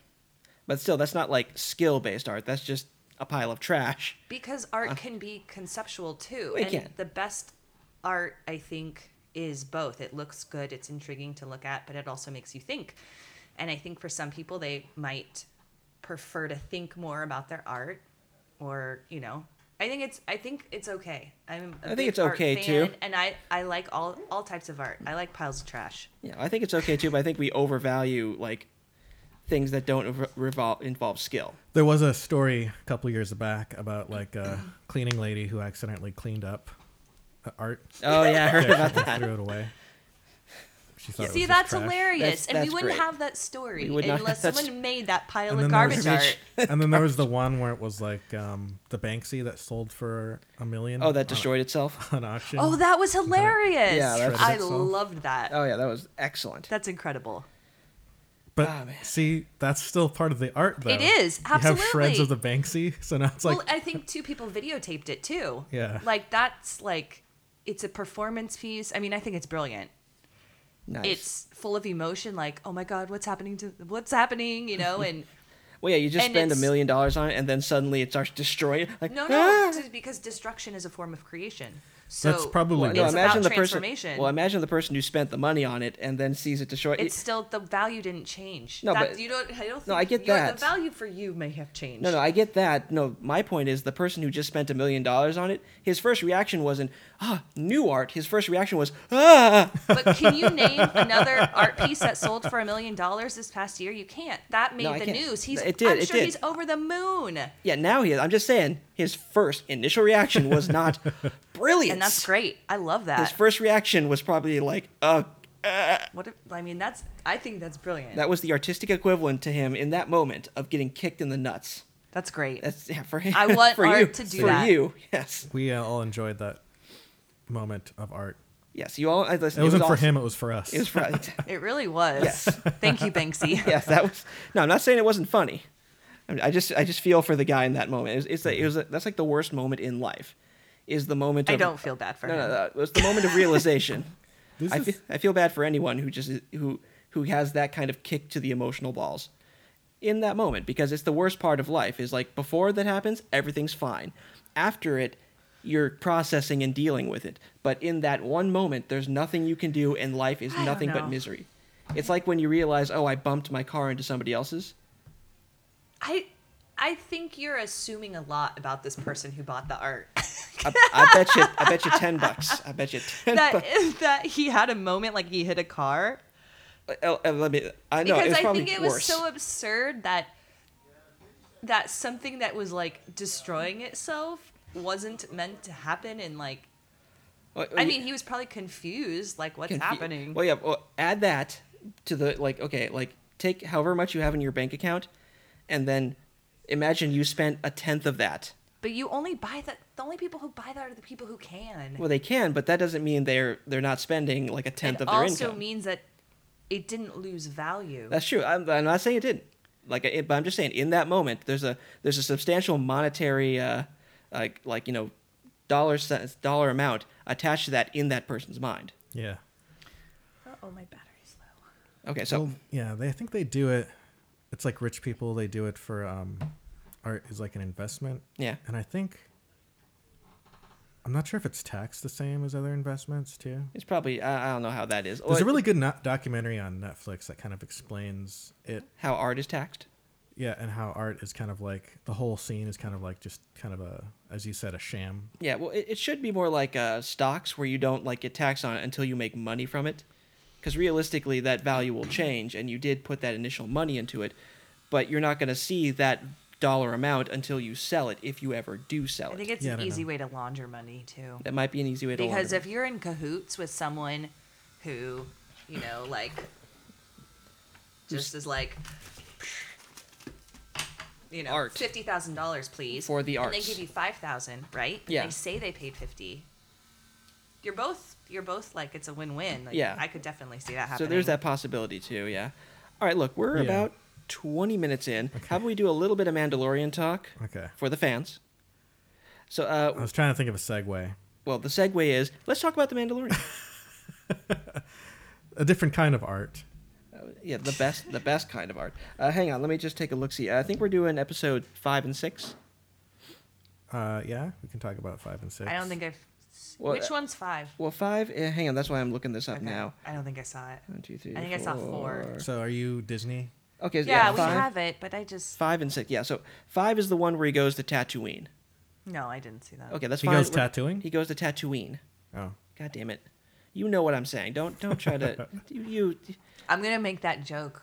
Speaker 3: But still, that's not like skill based art. That's just a pile of trash.
Speaker 1: Because art can be conceptual too. and
Speaker 3: It Uh, can.
Speaker 1: the best art, I think, is both. It looks good, it's intriguing to look at, but it also makes you think. And I think for some people, they might prefer to think more about their art or, you know, I think it's I think it's okay. I'm a
Speaker 3: think
Speaker 1: big
Speaker 3: it's
Speaker 1: art
Speaker 3: okay,
Speaker 1: fan,
Speaker 3: too.
Speaker 1: And I I like all all types of art. I like piles of trash.
Speaker 3: Yeah, I think it's okay too, but I think we overvalue like things that don't re- revol- involve skill.
Speaker 2: there was a story a couple years back about like a cleaning lady who accidentally cleaned up uh, art.
Speaker 3: Oh yeah, I heard
Speaker 2: She
Speaker 3: about
Speaker 2: actually
Speaker 3: that.
Speaker 2: threw it away. She thought it was
Speaker 1: See,
Speaker 2: just
Speaker 1: that's
Speaker 2: trash.
Speaker 1: hilarious,
Speaker 3: That's-
Speaker 1: and
Speaker 3: that's
Speaker 1: we wouldn't
Speaker 3: great.
Speaker 1: have that story
Speaker 3: We would not-
Speaker 1: unless
Speaker 3: that's-
Speaker 1: someone made that pile
Speaker 2: And
Speaker 1: of
Speaker 2: then there was-
Speaker 1: garbage art.
Speaker 2: and then there was the one where it was like um, the Banksy that sold for a million.
Speaker 3: Oh, that
Speaker 2: on-
Speaker 3: destroyed itself.
Speaker 2: on auction.
Speaker 1: Oh, that was hilarious!
Speaker 3: Yeah, that's-
Speaker 1: I
Speaker 2: Shredded itself.
Speaker 1: loved that.
Speaker 3: Oh yeah, that was excellent.
Speaker 1: That's incredible.
Speaker 2: But
Speaker 3: Ah, man.
Speaker 2: see, that's still part of the art, though.
Speaker 1: It is,
Speaker 2: You have
Speaker 1: absolutely.
Speaker 2: shreds of the Banksy, so now it's like
Speaker 1: well, I think two people videotaped it too.
Speaker 2: Yeah.
Speaker 1: Like that's like it's a performance piece. I mean, I think it's brilliant.
Speaker 3: Nice.
Speaker 1: It's full of emotion like, "Oh my god, what's happening to what's happening?" you know, and
Speaker 3: well, yeah, you just
Speaker 1: and
Speaker 3: spend a
Speaker 1: it's-
Speaker 3: million dollars on it, and then suddenly it starts destroying. Like
Speaker 1: no,
Speaker 3: "Ah!"
Speaker 1: no, it's because destruction is a form of creation. So
Speaker 2: That's probably
Speaker 1: well,
Speaker 2: why.
Speaker 1: it's
Speaker 2: No,
Speaker 1: about
Speaker 3: imagine the person.
Speaker 1: transformation.
Speaker 3: Well, imagine the person who spent the money on it and then sees it destroyed.
Speaker 1: it's still the value didn't change.
Speaker 3: No,
Speaker 1: that,
Speaker 3: but-
Speaker 1: you don't. I don't. Think
Speaker 3: No, I get
Speaker 1: your-
Speaker 3: that.
Speaker 1: The value for you may have changed.
Speaker 3: No, no, I get that. No, my point is the person who just spent a million dollars on it, his first reaction wasn't, ah, new art. His first reaction was, ah.
Speaker 1: But can you name another art piece that sold for a million dollars this past year? You can't. That made
Speaker 3: No, I
Speaker 1: the
Speaker 3: can't.
Speaker 1: news. He's.
Speaker 3: It did,
Speaker 1: I'm
Speaker 3: it
Speaker 1: sure
Speaker 3: did.
Speaker 1: he's over the moon.
Speaker 3: Yeah, now he is. I'm just saying, his first initial reaction was not brilliant.
Speaker 1: And that's great. I love that.
Speaker 3: His first reaction was probably like, uh,
Speaker 1: what if, I mean, that's. I think that's brilliant.
Speaker 3: that was the artistic equivalent to him in that moment of getting kicked in the nuts.
Speaker 1: that's great.
Speaker 3: That's yeah, for him.
Speaker 1: I want
Speaker 3: for
Speaker 1: art
Speaker 3: you,
Speaker 1: to do
Speaker 3: for
Speaker 1: that.
Speaker 3: you. Yes,
Speaker 2: we uh, all enjoyed that moment of art.
Speaker 3: yes. You all. I
Speaker 2: It,
Speaker 3: listen,
Speaker 2: wasn't
Speaker 3: was
Speaker 2: for
Speaker 3: awesome.
Speaker 2: him; it was for us.
Speaker 3: It was for.
Speaker 1: it really was.
Speaker 3: Yes.
Speaker 1: Thank you, Banksy.
Speaker 3: yes, that was. No, I'm not saying it wasn't funny. I, mean, I just, I just feel for the guy in that moment. It was, it's, a, it was. A, that's like the worst moment in life. Is the moment.
Speaker 1: I
Speaker 3: Of,
Speaker 1: don't feel bad for
Speaker 3: No,
Speaker 1: him.
Speaker 3: no, no. It was the moment of realization.
Speaker 2: This
Speaker 3: I,
Speaker 2: is-
Speaker 3: feel, I feel bad for anyone who just who who has that kind of kick to the emotional balls in that moment because it's the worst part of life is like before that happens everything's fine after it you're processing and dealing with it but in that one moment there's nothing you can do and life is
Speaker 1: I don't
Speaker 3: nothing but
Speaker 1: know.
Speaker 3: misery it's like when you realize oh i bumped my car into somebody else's
Speaker 1: I. I think you're assuming a lot about this person who bought the art.
Speaker 3: i, I bet you i bet you 10 bucks i bet you 10
Speaker 1: that
Speaker 3: bucks
Speaker 1: that he had a moment like he hit a car
Speaker 3: Oh, oh, let me i know
Speaker 1: because
Speaker 3: it's
Speaker 1: I
Speaker 3: probably
Speaker 1: think it was
Speaker 3: worse
Speaker 1: so absurd that that something that was like destroying itself wasn't meant to happen and like
Speaker 3: Well,
Speaker 1: I
Speaker 3: you-
Speaker 1: mean he was probably confused like what's
Speaker 3: confu-
Speaker 1: happening.
Speaker 3: Well, yeah. Well, add that to the like. Okay, like take however much you have in your bank account, and then imagine you spent a tenth of that.
Speaker 1: But you only buy that the only people who buy that are the people who can.
Speaker 3: Well, they can, but that doesn't mean they're they're not spending like a tenth
Speaker 1: it
Speaker 3: of their
Speaker 1: also
Speaker 3: income.
Speaker 1: means that it didn't lose value.
Speaker 3: That's true. I'm, I'm not saying it didn't. Like, it, but I'm just saying in that moment, there's a there's a substantial monetary, uh, like like you know, dollar cents dollar amount attached to that in that person's mind.
Speaker 2: yeah,
Speaker 1: oh, my battery's low.
Speaker 3: Okay, so
Speaker 2: yeah. They I think they do it. It's like rich people; they do it for um, art is like an investment.
Speaker 3: yeah,
Speaker 2: and I think I'm not sure if it's taxed the same as other investments too.
Speaker 3: it's probably I, I don't know how that is.
Speaker 2: There's
Speaker 3: Or
Speaker 2: a really good no- documentary on Netflix that kind of explains it
Speaker 3: how art is taxed.
Speaker 2: Yeah, and how art is kind of like the whole scene is kind of like just kind of a, as you said, a sham.
Speaker 3: Yeah, well, it, it should be more like uh, stocks where you don't like get taxed on it until you make money from it, because realistically that value will change, and you did put that initial money into it, but you're not going to see that dollar amount until you sell it, if you ever do sell
Speaker 1: I
Speaker 3: it.
Speaker 1: think it's
Speaker 2: Yeah, I
Speaker 1: an
Speaker 2: don't
Speaker 1: easy
Speaker 2: know.
Speaker 1: way to launder money too.
Speaker 3: that might be an easy way to
Speaker 1: because
Speaker 3: launder
Speaker 1: if you're in cahoots with someone who you know like just is like you know
Speaker 3: Art.
Speaker 1: $50000 please
Speaker 3: For the
Speaker 1: and
Speaker 3: arts.
Speaker 1: they give you 5000 right And
Speaker 3: Yeah.
Speaker 1: they say they paid 50 you're both you're both like it's a win-win like,
Speaker 3: Yeah.
Speaker 1: i could definitely see that
Speaker 3: it.
Speaker 1: happening
Speaker 3: So there's that possibility too. Yeah. All right, look, we're
Speaker 2: Yeah.
Speaker 3: about 20 minutes in. How about we do a little bit of Mandalorian talk
Speaker 2: Okay,
Speaker 3: for the fans? So,
Speaker 2: I
Speaker 3: uh,
Speaker 2: was trying to think of a segue,
Speaker 3: well, the segue is let's talk about the Mandalorian.
Speaker 2: a different kind of art.
Speaker 3: Yeah, the best, the best kind of art. Uh, hang on, let me just take a look. See, I think we're doing episode five and six.
Speaker 2: Uh, yeah, we can talk about five and six.
Speaker 1: i don't think i've
Speaker 3: Well,
Speaker 1: which
Speaker 3: uh,
Speaker 1: one's five
Speaker 3: Well, five. eh, hang on, that's why I'm looking this up
Speaker 1: Okay.
Speaker 3: now.
Speaker 1: i don't think i saw it
Speaker 3: One, two, three.
Speaker 1: I think I saw four.
Speaker 2: so. Are you Disney?
Speaker 3: Okay,
Speaker 1: yeah,
Speaker 3: yeah,
Speaker 1: we
Speaker 3: five,
Speaker 1: have it but i just
Speaker 3: five and six. Yeah, so five is the one where he goes to Tatooine.
Speaker 1: no i didn't see that
Speaker 3: Okay, that's
Speaker 2: He
Speaker 3: fine.
Speaker 2: goes
Speaker 3: We're-
Speaker 2: tattooing?
Speaker 3: He goes to Tatooine.
Speaker 2: Oh,
Speaker 3: God damn it! You know what I'm saying? Don't don't try to you. you
Speaker 1: I'm gonna make that joke.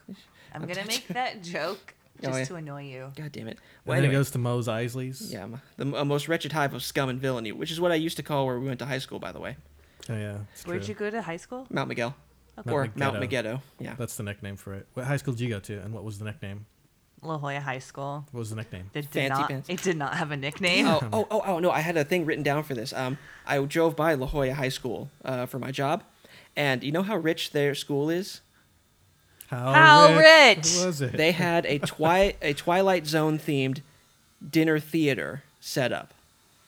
Speaker 1: I'm gonna
Speaker 3: touch-
Speaker 1: make that joke
Speaker 3: Oh,
Speaker 1: just
Speaker 3: yeah.
Speaker 1: to annoy you.
Speaker 3: God damn it!
Speaker 2: and
Speaker 3: Well,
Speaker 2: then
Speaker 3: anyway,
Speaker 2: he goes to Mose Eisley's.
Speaker 3: yeah, m- the m- most wretched hive of scum and villainy, which is what I used to call where we went to high school, by the way,
Speaker 2: Oh yeah. it's
Speaker 1: Where'd
Speaker 2: true.
Speaker 1: you go to high school?
Speaker 3: Mount Miguel.
Speaker 1: Okay.
Speaker 3: or
Speaker 2: Mount
Speaker 3: Mount
Speaker 2: Megiddo.
Speaker 3: Megiddo. Yeah.
Speaker 2: That's the nickname for it. What high school did you go to, and what was the nickname?
Speaker 1: La Jolla High School.
Speaker 2: What was the nickname?
Speaker 1: That did
Speaker 3: Fancy
Speaker 1: not.
Speaker 3: pants.
Speaker 1: It did not have a nickname.
Speaker 3: Oh, oh, oh, oh, no, I had a thing written down for this. Um, I drove by La Jolla High School uh, for my job, and you know how rich their school is?
Speaker 2: How,
Speaker 1: How rich?
Speaker 2: was it?
Speaker 3: They had a, twi- a Twilight Zone themed dinner theater set up.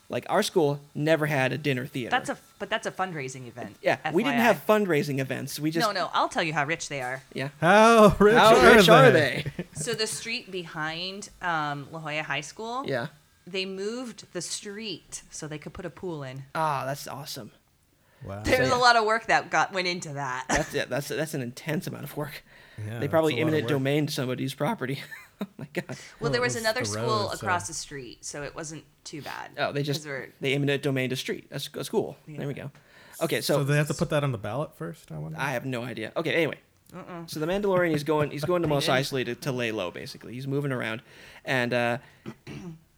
Speaker 3: Like, our school never had a dinner theater.
Speaker 1: That's a but that's a fundraising event.
Speaker 3: Yeah, we didn't
Speaker 1: FYI.
Speaker 3: have fundraising events. We just.
Speaker 1: no, no. I'll tell you how rich they are.
Speaker 3: Yeah.
Speaker 2: How rich,
Speaker 3: How
Speaker 2: are,
Speaker 3: rich
Speaker 2: they?
Speaker 3: are they?
Speaker 1: So the street behind um, La Jolla High School.
Speaker 3: yeah.
Speaker 1: They moved the street so they could put a pool in.
Speaker 3: Ah, that's awesome.
Speaker 2: Wow.
Speaker 1: There's a
Speaker 3: yeah.
Speaker 1: lot of work that got went into that.
Speaker 3: That's yeah, that's that's an intense amount of work.
Speaker 2: Yeah,
Speaker 3: they
Speaker 2: that's a
Speaker 3: probably
Speaker 2: lot of
Speaker 3: eminent
Speaker 2: work.
Speaker 3: domain somebody's property. oh my god.
Speaker 1: Well, there
Speaker 2: Well,
Speaker 1: was
Speaker 2: it was
Speaker 1: another
Speaker 2: the
Speaker 1: school
Speaker 2: road, so-
Speaker 1: across the street, so it wasn't too bad.
Speaker 3: Oh, they just
Speaker 1: 'Cause we're-
Speaker 3: they eminent domain to street a, sc- a school. There we go. Okay, so,
Speaker 2: So they have to put that on the ballot first. I wonder.
Speaker 3: I have no idea. Okay, anyway.
Speaker 1: Uh-uh.
Speaker 3: So the Mandalorian is going. He's going to Mos Eisley to, to lay low. Basically, he's moving around, and uh,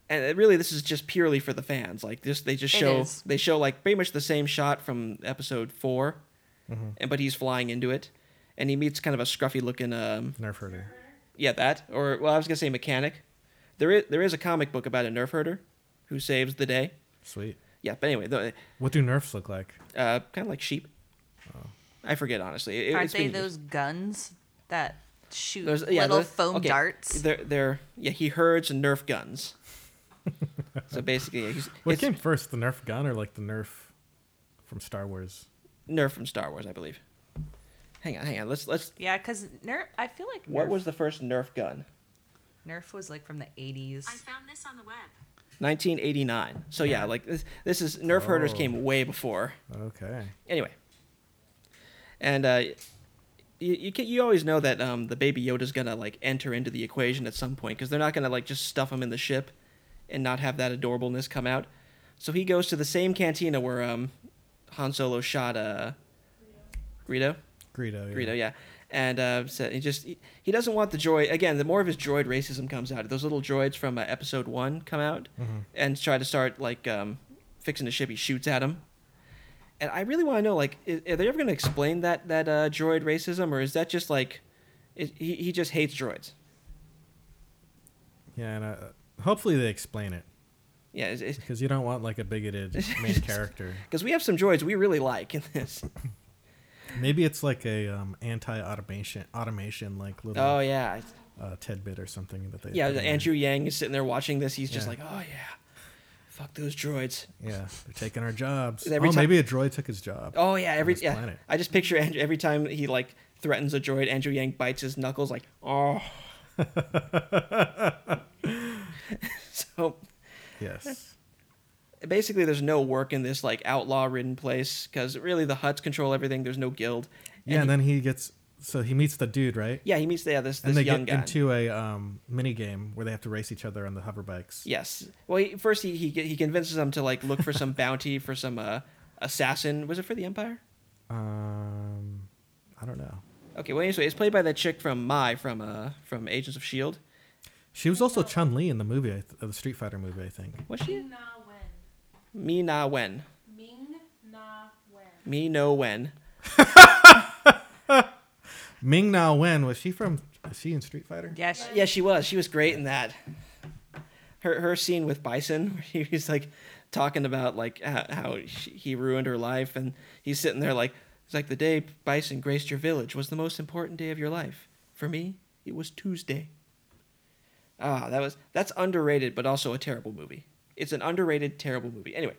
Speaker 3: and uh, really, this is just purely for the fans. Like this, they just
Speaker 1: It
Speaker 3: show
Speaker 1: is.
Speaker 3: they show like pretty much the same shot from Episode 4 and but he's flying into it, and he meets kind of a scruffy looking um,
Speaker 2: Nerf herder.
Speaker 3: Yeah, that. Or well, I was gonna say mechanic. There is there is a comic book about a nerf herder who saves the day.
Speaker 2: Sweet.
Speaker 3: Yeah, but anyway, the,
Speaker 2: What do nerfs look like?
Speaker 3: uh, kind of like sheep. I forget honestly. It,
Speaker 1: aren't
Speaker 3: it's
Speaker 1: they
Speaker 3: been
Speaker 1: those
Speaker 3: years.
Speaker 1: guns that shoot
Speaker 3: Those- yeah,
Speaker 1: little
Speaker 3: those-
Speaker 1: foam
Speaker 3: okay,
Speaker 1: darts?
Speaker 3: They're they're yeah. He herds and nerf guns. so basically, yeah, he's
Speaker 2: What
Speaker 3: it's
Speaker 2: came first, the Nerf gun or like the Nerf from Star Wars?
Speaker 3: nerf from Star Wars, I believe. Hang on, hang on. Let's let's.
Speaker 1: yeah, because Nerf. I feel like Nerf,
Speaker 3: What was the first nerf gun?
Speaker 1: Nerf was like from the 80s.
Speaker 4: I found this on the web.
Speaker 3: 1989. So yeah, like this, this is nerf herders
Speaker 2: Oh.
Speaker 3: came way before
Speaker 2: Okay.
Speaker 3: anyway and uh you, you, can, you always know that um, the baby yoda's gonna like enter into the equation at some point because they're not gonna like just stuff him in the ship and not have that adorableness come out so he goes to the same cantina where um, han solo shot uh, Greedo?
Speaker 2: Greedo. Yeah.
Speaker 3: Greedo, yeah. And uh, so he just he, he doesn't want the droid again. The more of his droid racism comes out, those little droids from uh, Episode One come out and try to start like um, fixing the ship. He shoots at him, and I really want to know like, i are they ever going to explain that that uh, droid racism, or is that just like is he he just hates droids?
Speaker 2: Yeah, and uh, hopefully they explain it
Speaker 3: Yeah, because
Speaker 2: because you don't want like a bigoted main character.
Speaker 3: we have some droids we really like in this.
Speaker 2: Maybe it's like a um, anti-automation automation like little
Speaker 3: Oh yeah,
Speaker 2: uh, tidbit or something that they
Speaker 3: yeah.
Speaker 2: put in there.
Speaker 3: Andrew Yang is sitting there watching this. He's just
Speaker 2: Yeah.
Speaker 3: like, oh yeah, fuck those droids.
Speaker 2: Yeah, they're taking our jobs.
Speaker 3: Every
Speaker 2: oh,
Speaker 3: ti-
Speaker 2: maybe a droid took his job.
Speaker 3: Oh yeah, every
Speaker 2: this
Speaker 3: yeah.
Speaker 2: planet.
Speaker 3: I just picture Andrew, every time he like threatens a droid, Andrew Yang bites his knuckles like oh. so
Speaker 2: Yes.
Speaker 3: basically, there's no work in this like outlaw-ridden place because really the Huts control everything. There's no guild.
Speaker 2: Yeah, and then he gets so he meets the dude right,
Speaker 3: Yeah, he meets yeah this this
Speaker 2: and they
Speaker 3: young
Speaker 2: get
Speaker 3: guy.
Speaker 2: into a um, mini game where they have to race each other on the hover bikes.
Speaker 3: yes. Well, he, first he, he he convinces them to like look for some bounty for some uh assassin. Was it for the Empire?
Speaker 2: Um, I don't know.
Speaker 3: Okay. Well, anyway, it's played by that chick from Mai from uh from Agents of Shield.
Speaker 2: She was also Chun Li in the movie, I th- uh, the Street Fighter movie, I think.
Speaker 3: Was she?
Speaker 5: Ming Na Wen.
Speaker 3: Me Na Wen.
Speaker 5: Ming Na Wen.
Speaker 3: Me No Wen.
Speaker 2: Ming Na Wen was she from? Is she in Street Fighter?
Speaker 1: yeah, she-
Speaker 3: Yeah, she was. She was great in that. Her her scene with Bison, where he was like talking about like how, how she, he ruined her life, and he's sitting there like it's like the day Bison graced your village was the most important day of your life. For me, it was Tuesday. Ah, that was that's underrated, but also a terrible movie. It's an underrated, terrible movie. Anyway,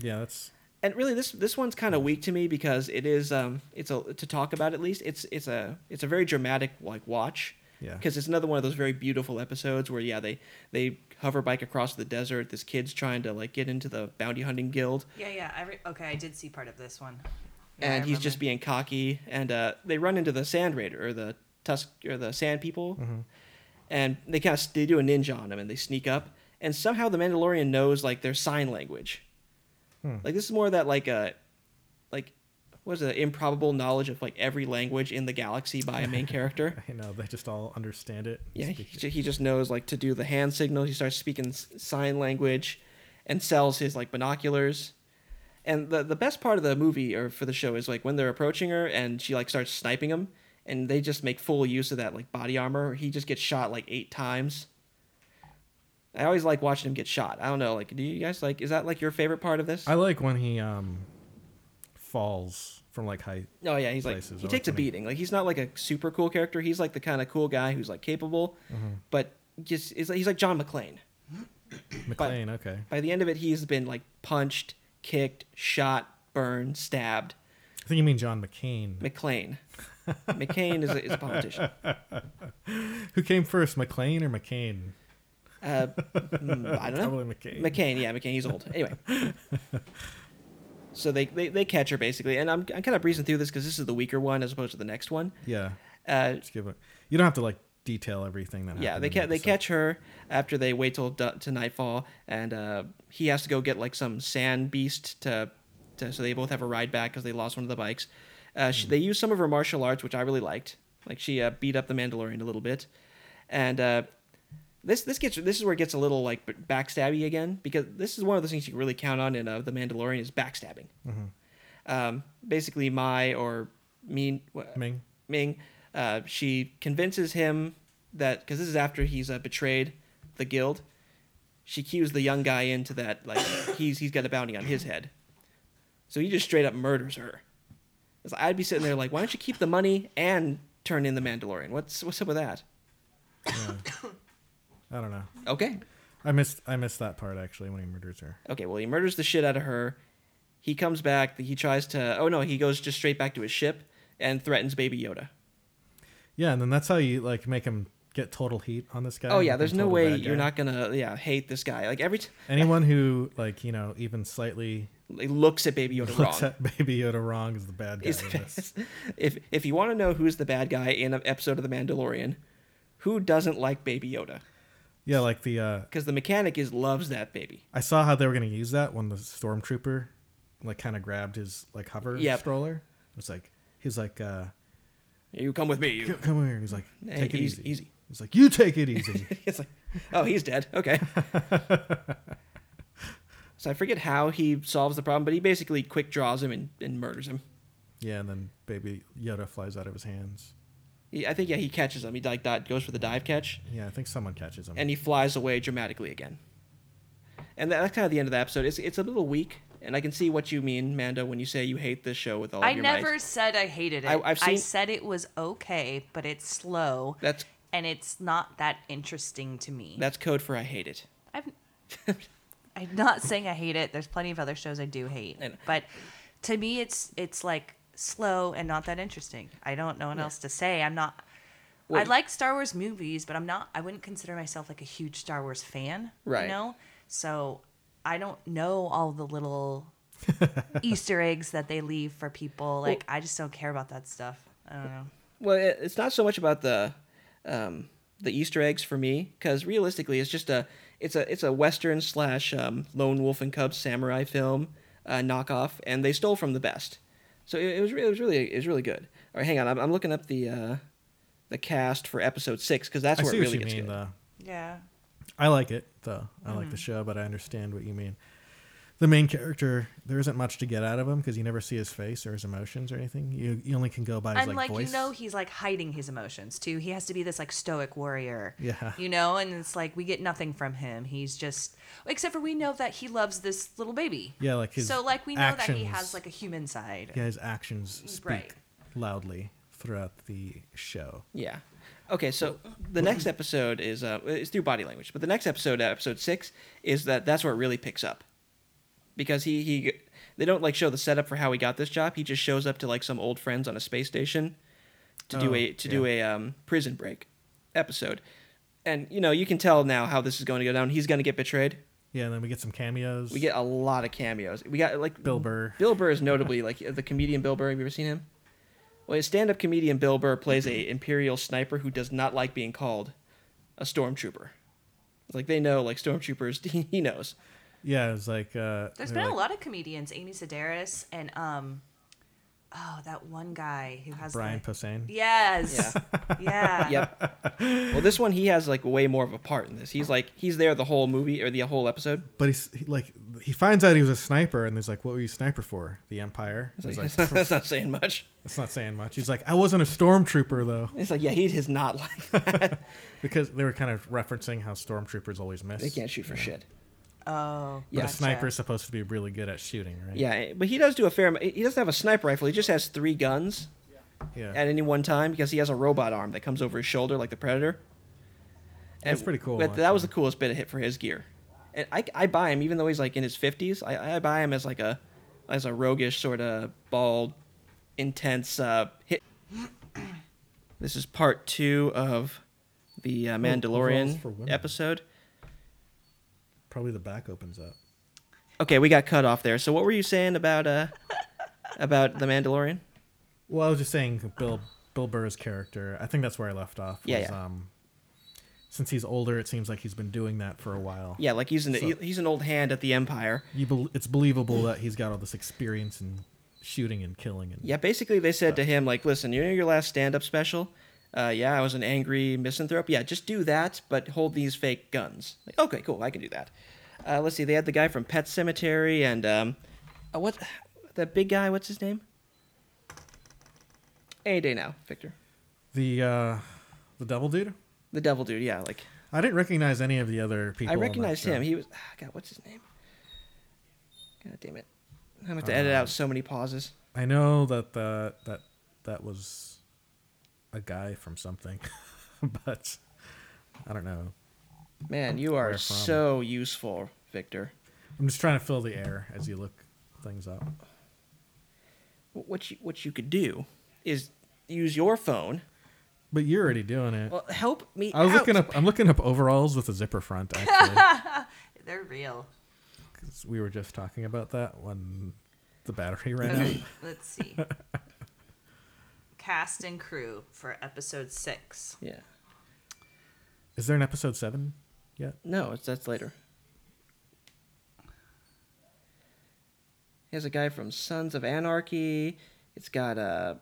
Speaker 2: Yeah, that's
Speaker 3: and really this this one's kind of weak to me because it is um it's a to talk about at least it's it's a it's a very dramatic like watch
Speaker 2: Yeah.
Speaker 3: because it's another one of those very beautiful episodes where yeah they they hover bike across the desert this kid's trying to like get into the bounty hunting guild
Speaker 1: yeah, yeah. I re- okay, I did see part of this one. Yeah, I
Speaker 3: and he's just
Speaker 1: remember.
Speaker 3: being cocky and uh they run into the sand raider or the tusk or the sand people and they kind of they do a ninja on him and they sneak up and somehow the mandalorian knows like their sign language like this is more that like uh like what is it improbable knowledge of like every language in the galaxy by a main character
Speaker 2: you know they just all understand it.
Speaker 3: yeah he,
Speaker 2: Speak it.
Speaker 3: ju- he just knows like to do the hand signals he starts speaking s- sign language and sells his like binoculars And the the best part of the movie or for the show is like when they're approaching her and she like starts sniping him, and they just make full use of that like body armor. He just gets shot like eight times. I always like watching him get shot. I don't know, like do you guys like is that like your favorite part of this?
Speaker 2: I like when he um falls from like height.
Speaker 3: Oh yeah, he's like
Speaker 2: places
Speaker 3: he
Speaker 2: are
Speaker 3: takes a
Speaker 2: funny.
Speaker 3: beating. Like he's not like a super cool character. He's like the kind of cool guy who's like capable,
Speaker 2: Mm-hmm.
Speaker 3: but just is like, he's like John McClane.
Speaker 2: McLean, okay.
Speaker 3: By the end of it, he's been like punched, kicked, shot, burned, stabbed.
Speaker 2: I think you mean John McCain.
Speaker 3: McClane, McCain is a, is a politician.
Speaker 2: Who came first, McLean or McCain?
Speaker 3: Uh, mm, I don't know.
Speaker 2: Probably McCain.
Speaker 3: McCain, yeah, McCain. He's old. Anyway. So they, they, they catch her basically, and I'm, I'm kind of breezing through this because this is the weaker one as opposed to the next one.
Speaker 2: Yeah.
Speaker 3: Uh,
Speaker 2: Just give it. You don't have to like detail everything that.
Speaker 3: Yeah,
Speaker 2: happened
Speaker 3: they
Speaker 2: in
Speaker 3: ca-
Speaker 2: the
Speaker 3: they
Speaker 2: episode.
Speaker 3: catch her after they wait till du- to nightfall, and uh, he has to go get like some sand beast to, to so they both have a ride back because they lost one of the bikes. Uh, she, they use some of her martial arts, which I really liked. Like she uh, beat up the Mandalorian a little bit, and uh, this this gets this is where it gets a little like b- backstabby again because this is one of those things you can really count on in uh, the Mandalorian is backstabbing. Um, basically, Mai or Mean wha-
Speaker 2: Ming.
Speaker 3: Ming, uh, she convinces him that because this is after he's uh, betrayed the guild. She cues the young guy into that like he's he's got a bounty on his head, so he just straight up murders her. It's like, I'd be sitting there like, why don't you keep the money and turn in the Mandalorian? What's what's up with that?
Speaker 2: I don't know.
Speaker 3: Okay,
Speaker 2: I missed I missed that part actually when he murders her.
Speaker 3: okay. Well, he murders the shit out of her. He comes back. He tries to. Oh no, he goes just straight back to his ship and threatens Baby Yoda.
Speaker 2: Yeah, and then that's how you like make him get total heat on this guy.
Speaker 3: Oh
Speaker 2: make
Speaker 3: yeah,
Speaker 2: him
Speaker 3: there's no
Speaker 2: total
Speaker 3: way
Speaker 2: bad
Speaker 3: you're
Speaker 2: guy.
Speaker 3: not gonna yeah hate this guy. Like every time
Speaker 2: Anyone who like you know even slightly
Speaker 3: he looks at Baby Yoda wrong.
Speaker 2: looks at Baby Yoda wrong is the bad guy.
Speaker 3: is
Speaker 2: in
Speaker 3: the
Speaker 2: this.
Speaker 3: best. If if you want to know who's the bad guy in an episode of The Mandalorian, who doesn't like Baby Yoda?
Speaker 2: Yeah, like the uh
Speaker 3: Because the mechanic is loves that baby.
Speaker 2: I saw how they were gonna use that when the stormtrooper like kind of grabbed his like hover
Speaker 3: Yep.
Speaker 2: stroller. It was like he's like uh
Speaker 3: You come with me.
Speaker 2: "Come-
Speaker 3: You.
Speaker 2: come here. He's like
Speaker 3: Hey,
Speaker 2: take it
Speaker 3: easy,
Speaker 2: easy.
Speaker 3: easy.
Speaker 2: He's like you take it easy.
Speaker 3: it's like, oh, he's dead. Okay. so I forget how he solves the problem, but he basically quick draws him and, and murders him.
Speaker 2: yeah, and then Baby Yoda flies out of his hands.
Speaker 3: He, I think yeah, he catches him. He like dot, goes for the dive catch,
Speaker 2: Yeah, I think someone catches him.
Speaker 3: and he flies away dramatically again. And that- that's kind of the end of the episode. It's it's a little weak, and I can see what you mean, Mando, when you say you hate this show with all.
Speaker 1: I
Speaker 3: of your might.
Speaker 1: never said I hated it.
Speaker 3: I-
Speaker 1: I,
Speaker 3: I've seen-
Speaker 1: said it was okay, but it's slow
Speaker 3: That's
Speaker 1: and it's not that interesting to me.
Speaker 3: That's code for I hate it.
Speaker 1: I'm, I'm not saying I hate it. There's plenty of other shows I do hate,
Speaker 3: I know.
Speaker 1: but to me, it's it's like slow and not that interesting. I don't know what else to say. I'm not. I
Speaker 3: Well-
Speaker 1: like Star Wars movies, but I'm not. I wouldn't consider myself like a huge Star Wars fan.
Speaker 3: Right.
Speaker 1: You know, so I don't know all the little Easter eggs that they leave for people. Like I just don't care about that stuff. I don't know.
Speaker 3: Well, it- it's not so much about the um, the Easter eggs for me, because realistically, it's just a it's a it's a Western slash um, Lone Wolf and Cub samurai film uh, knockoff, and they stole from the best. So it, it was re- it was really it was really good. All right, hang on, I'm, I'm looking up the uh, the cast for episode six because that's
Speaker 2: I
Speaker 3: where
Speaker 2: see
Speaker 3: it
Speaker 2: what
Speaker 3: really
Speaker 2: you
Speaker 3: gets
Speaker 2: mean
Speaker 3: good.
Speaker 2: though.
Speaker 1: Yeah.
Speaker 2: I like it though. I like
Speaker 1: Mm.
Speaker 2: the show, but I understand what you mean. The main character, there isn't much to get out of him because you never see his face or his emotions or anything. You you only can go by his
Speaker 1: and
Speaker 2: like,
Speaker 1: like,
Speaker 2: voice.
Speaker 1: you know he's like hiding his emotions too he has to be this like stoic warrior
Speaker 2: Yeah.
Speaker 1: you know and it's like we get nothing from him he's just except for we know that he loves this little baby
Speaker 2: Yeah, like his
Speaker 1: so like we know that he
Speaker 2: actions.
Speaker 1: has like a human side
Speaker 2: yeah, his actions speak
Speaker 1: Right.
Speaker 2: loudly throughout the show.
Speaker 3: Yeah. Okay, so the
Speaker 2: mm.
Speaker 3: next episode is uh, it's through body language, but the next episode, uh, episode six, is that that's where it really picks up, because he he they don't like show the setup for how he got this job. He just shows up to like some old friends on a space station to do
Speaker 2: Oh,
Speaker 3: a to do
Speaker 2: yeah.
Speaker 3: a um, prison break episode, and you know you can tell now how this is going to go down. He's going to get betrayed.
Speaker 2: Yeah, and then we get some cameos.
Speaker 3: We get a lot of cameos. We got like
Speaker 2: Bill Burr.
Speaker 3: Bill Burr is notably like the comedian Bill Burr. Have you ever seen him? Well, his stand-up comedian Bill Burr plays a imperial sniper who does not like being called a stormtrooper. Like they know, like stormtroopers, he knows.
Speaker 2: yeah, it was like uh,
Speaker 1: there's
Speaker 2: they were
Speaker 1: been a
Speaker 2: like-
Speaker 1: lot of comedians amy sedaris and um oh that one guy who has
Speaker 2: Brian
Speaker 1: the,
Speaker 2: Posehn.
Speaker 1: yes yeah,
Speaker 3: Yep. Well, this one he has like way more of a part in this. He's like he's there the whole movie or the whole episode.
Speaker 2: But he's he, like, he finds out he was a sniper, and he's like, "What were you sniper for? The Empire?" He's like,
Speaker 3: that's not saying much.
Speaker 2: "That's not saying much." He's like, "I wasn't a stormtrooper though,
Speaker 3: It's like yeah, he is not like that.
Speaker 2: because they were kind of referencing how stormtroopers always miss.
Speaker 3: They can't shoot for shit.
Speaker 1: oh
Speaker 2: But a
Speaker 3: Yeah.
Speaker 1: gotcha.
Speaker 2: sniper is supposed to be really good at shooting, right?
Speaker 3: Yeah, but he does do a fair. am- He doesn't have a sniper rifle. He just has three guns
Speaker 2: yeah.
Speaker 3: at any one time because he has a robot arm that comes over his shoulder like the Predator.
Speaker 2: That's pretty cool,
Speaker 3: But that was the
Speaker 2: actually.
Speaker 3: coolest bit of hit for his gear, and I, I buy him even though he's like in his fifties. I, I buy him as like a as a roguish sort of bald, intense uh, hit. this is part two of the uh,
Speaker 2: overalls
Speaker 3: Mandalorian
Speaker 2: for women.
Speaker 3: episode.
Speaker 2: Probably the back opens up.
Speaker 3: Okay, we got cut off there. So what were you saying about uh about the Mandalorian?
Speaker 2: Well, I was just saying Bill Bill Burr's character. I think that's where I left off.
Speaker 3: Yeah,
Speaker 2: was,
Speaker 3: yeah.
Speaker 2: Um, since he's older, it seems like he's been doing that for a while.
Speaker 3: Yeah, like he's an
Speaker 2: So-
Speaker 3: he's an old hand at the Empire.
Speaker 2: You bel it's believable that he's got all this experience in shooting and killing. And
Speaker 3: Yeah, basically they said to him like, "Listen, you know your last stand-up special? Uh, yeah, I was an angry misanthrope. Yeah, just do that, but hold these fake guns." Like, okay, cool, I can do that. Uh, let's see, they had the guy from Pet Cemetery and um, uh, what that big guy? What's his name? Any day now, Victor.
Speaker 2: The uh, the devil dude.
Speaker 3: The devil dude. Yeah, like
Speaker 2: I didn't recognize any of the other people.
Speaker 3: I
Speaker 2: on that
Speaker 3: recognized
Speaker 2: show.
Speaker 3: him. He was ah, God. What's his name? God damn it! I'm gonna have
Speaker 2: Uh,
Speaker 3: to edit out so many pauses.
Speaker 2: I know that the, that that was a guy from something, but I don't know.
Speaker 3: Man, you are
Speaker 2: Where from?
Speaker 3: so useful, Victor.
Speaker 2: I'm just trying to fill the air as you look things up.
Speaker 3: Wh- What you what you could do is use your phone.
Speaker 2: But you're already doing it.
Speaker 3: Well, help me.
Speaker 2: I was
Speaker 3: out.
Speaker 2: looking up. I'm looking up overalls with a zipper front. Actually,
Speaker 1: they're real
Speaker 2: 'Cause we were just talking about that when the battery ran out.
Speaker 1: Okay, let's see cast and crew for episode six
Speaker 3: Yeah.
Speaker 2: Is there an episode seven yet?
Speaker 3: No, it's that's later. He has a guy from Sons of Anarchy. It's got uh,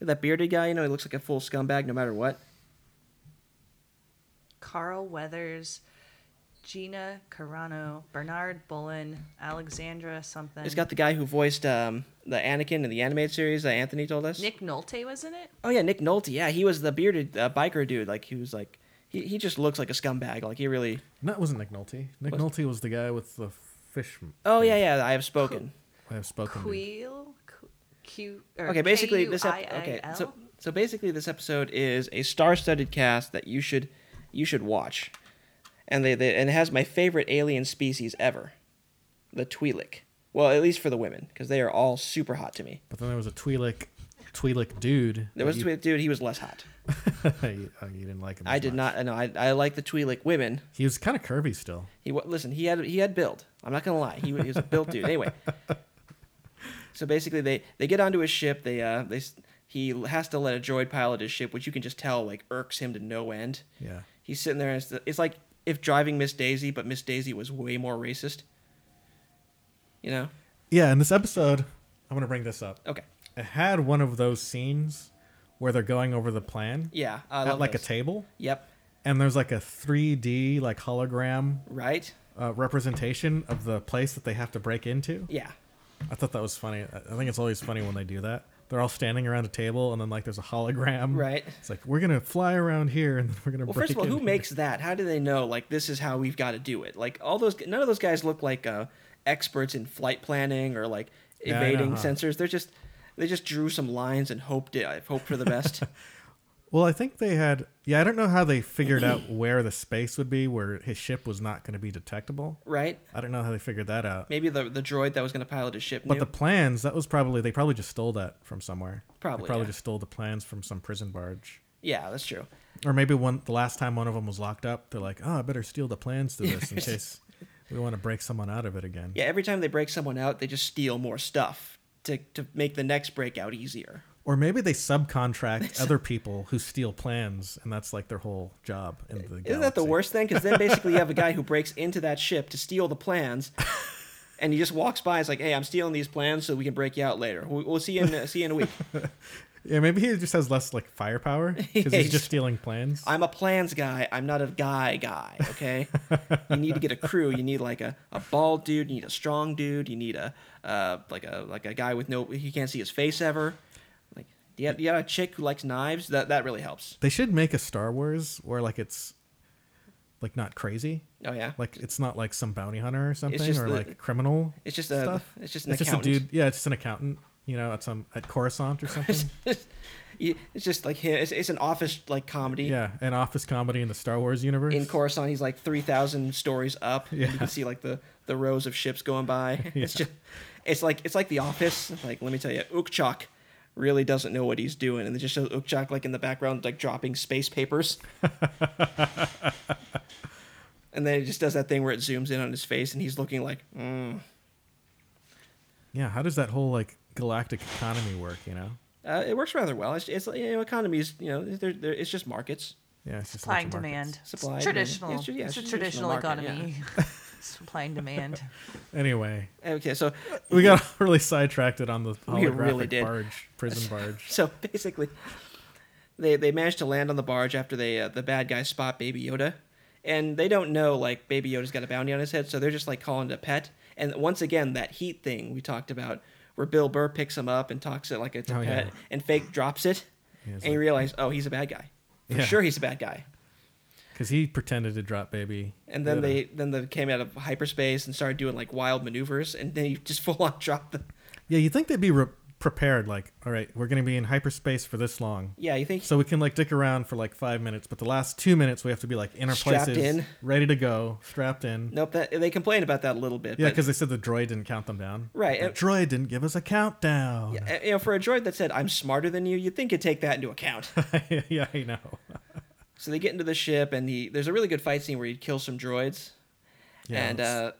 Speaker 3: that bearded guy. You know, he looks like a full scumbag no matter what.
Speaker 1: Carl Weathers, Gina Carano, Bernard Bullen, Alexandra something.
Speaker 3: It's got the guy who voiced um, the Anakin in the animated series that Anthony told us.
Speaker 1: Nick Nolte was in it.
Speaker 3: Oh yeah, Nick Nolte. Yeah, he was the bearded uh, biker dude. Like he was like he, he just looks like a scumbag. Like he really.
Speaker 2: No, it wasn't Nick Nolte. Nick Nolte was the guy with the fish.
Speaker 3: Oh yeah, yeah. I have spoken.
Speaker 2: I have spoken. dude.
Speaker 1: Queel, Q- Q. Or
Speaker 3: Okay, basically this. Ep-
Speaker 1: K-U-I-I-L?
Speaker 3: okay, so so basically this episode is a star-studded cast that you should you should watch, and they, they and it has my favorite alien species ever, the Twi'lek. Well, at least for the women, because they are all super hot to me.
Speaker 2: But then there was a Twi'lek, Twi'lek dude.
Speaker 3: There was a
Speaker 2: you,
Speaker 3: Twi'lek dude; he was less hot.
Speaker 2: Twi'lek. you didn't like him.
Speaker 3: I
Speaker 2: as
Speaker 3: did
Speaker 2: much.
Speaker 3: not. No, I I like the Twi'lek women.
Speaker 2: He was kind of curvy still.
Speaker 3: He wa- listen. He had he had build. I'm not gonna lie. He, wa- he was a built dude. Anyway, so basically they they get onto his ship. They uh they s- he has to let a droid pilot his ship, which you can just tell like irks him to no end.
Speaker 2: Yeah.
Speaker 3: He's sitting there and it's, it's like if driving Miss Daisy, but Miss Daisy was way more racist. You know?
Speaker 2: Yeah. In this episode, I'm gonna bring this up.
Speaker 3: Okay.
Speaker 2: It had one of those scenes where they're going over the plan
Speaker 3: Yeah. I
Speaker 2: at
Speaker 3: love
Speaker 2: like
Speaker 3: those.
Speaker 2: a table,
Speaker 3: Yep.
Speaker 2: and there's like a 3D like hologram
Speaker 3: Right.
Speaker 2: uh, representation of the place that they have to break into.
Speaker 3: Yeah.
Speaker 2: I thought that was funny. I I think it's always funny when they do that. They're all standing around a table, and then like there's a hologram.
Speaker 3: Right.
Speaker 2: It's like we're gonna fly around here, and then we're gonna.
Speaker 3: Well,
Speaker 2: break
Speaker 3: first of all,
Speaker 2: in
Speaker 3: who
Speaker 2: here."
Speaker 3: makes that? How do they know? Like, this is how we've got to do it. Like, all those none of those guys look like uh, experts in flight planning or like
Speaker 2: Yeah, I know,
Speaker 3: evading
Speaker 2: huh?
Speaker 3: sensors. They're just they just drew some lines and hoped it, uh, hoped for the best.
Speaker 2: Well, I think they had. Yeah, I don't know how they figured out where the space would be, where his ship was not going to be detectable.
Speaker 3: right?
Speaker 2: I don't know how they figured that out.
Speaker 3: Maybe the the droid that was going to pilot his ship.
Speaker 2: But
Speaker 3: knew.
Speaker 2: the plans, that was probably they probably just stole that from somewhere. They
Speaker 3: Probably,
Speaker 2: probably
Speaker 3: yeah.
Speaker 2: just stole the plans from some prison barge.
Speaker 3: yeah, that's true.
Speaker 2: Or maybe one the last time one of them was locked up, they're like, "Oh, I better steal the plans to this in case we want to break someone out of it again."
Speaker 3: Yeah, every time they break someone out, they just steal more stuff to to make the next breakout easier.
Speaker 2: Or maybe they subcontract other people who steal plans, and that's like their whole job in the.
Speaker 3: Isn't that the worst thing? Because then basically you have a guy who breaks into that ship to steal the plans, and he just walks by. It's like, hey, I'm stealing these plans so we can break you out later. We'll, we'll see you in see you in a week.
Speaker 2: Yeah, maybe he just has less like firepower because he's
Speaker 3: he's-
Speaker 2: just stealing plans.
Speaker 3: I'm a plans guy. I'm not a guy guy. Okay, you need to get a crew. You need like a, a bald dude. You need a strong dude. You need a uh, like a like a guy with no he can't see his face ever. Like do you, do you got a chick who likes knives. That that really helps.
Speaker 2: They should make a Star Wars where like it's like not crazy,
Speaker 3: Oh yeah,
Speaker 2: like it's not like some bounty hunter or something
Speaker 3: just
Speaker 2: or
Speaker 3: the-
Speaker 2: like criminal.
Speaker 3: it's just a
Speaker 2: stuff.
Speaker 3: it's just an
Speaker 2: It's just a
Speaker 3: accountant.
Speaker 2: dude. Yeah, it's just an accountant. You know, at some at Coruscant or something.
Speaker 3: You- It's just like him. It's, it's an office like comedy.
Speaker 2: yeah, an office comedy in the Star Wars universe.
Speaker 3: In Coruscant, he's like three thousand stories up.
Speaker 2: Yeah.
Speaker 3: You can see like the, the rows of ships going by. It's just, it's like it's like The Office. Like let me tell you, Ukchok really doesn't know what he's doing, and they just show Ukchok like in the background, like dropping space papers. and then it just does that thing where it zooms in on his face, and he's looking like, mm.
Speaker 2: yeah, how does that whole like galactic economy work? You know.
Speaker 3: uh, it works rather well. It's, it's like, you know, economies. You know, they're, they're, it's just markets.
Speaker 2: Yeah, it's just
Speaker 1: Supply and
Speaker 2: lots of markets.
Speaker 1: demand. It's
Speaker 3: Supply and demand.
Speaker 1: traditional.
Speaker 3: It's
Speaker 1: It's,
Speaker 3: tr- yeah,
Speaker 1: a
Speaker 3: it's
Speaker 1: traditional
Speaker 3: traditional market,
Speaker 1: economy. Supply and demand.
Speaker 2: Anyway,
Speaker 3: Okay, so
Speaker 2: we got really sidetracked on the
Speaker 3: We
Speaker 2: holographic
Speaker 3: really did.
Speaker 2: barge, prison barge.
Speaker 3: So basically, they they manage to land on the barge after they uh, the bad guys spot Baby Yoda, and they don't know like Baby Yoda's got a bounty on his head, so they're just like calling it a pet. And once again, that heat thing we talked about, where Bill Burr picks him up and talks it like it's a
Speaker 2: Oh,
Speaker 3: pet,
Speaker 2: yeah.
Speaker 3: and fake drops it,
Speaker 2: Yeah, it's
Speaker 3: and you realize, oh, he's a bad guy. For
Speaker 2: Yeah.
Speaker 3: sure, he's a bad guy.
Speaker 2: Because he pretended to drop baby.
Speaker 3: And then
Speaker 2: Yoda.
Speaker 3: they then they came out of hyperspace and started doing like wild maneuvers, and then you just full on dropped the.
Speaker 2: Yeah, you think they'd be re- prepared? Like, all right, we're gonna be in hyperspace for this long,
Speaker 3: Yeah, you think
Speaker 2: so we can like dick around for like five minutes, but the last two minutes we have to be like in our
Speaker 3: Strapped
Speaker 2: places,
Speaker 3: in.
Speaker 2: ready to go, strapped in.
Speaker 3: nope? That they complain about that a little bit.
Speaker 2: Yeah,
Speaker 3: but-
Speaker 2: because they said the droid didn't count them down.
Speaker 3: Right,
Speaker 2: The
Speaker 3: and-
Speaker 2: droid didn't give us a countdown.
Speaker 3: Uh, you know, for a droid that said, I'm smarter than you, you'd think it'd take that into account.
Speaker 2: Yeah, I know.
Speaker 3: so they get into the ship, and he, there's a really good fight scene where he kills some droids.
Speaker 2: Yeah,
Speaker 3: and,
Speaker 2: it's
Speaker 3: uh,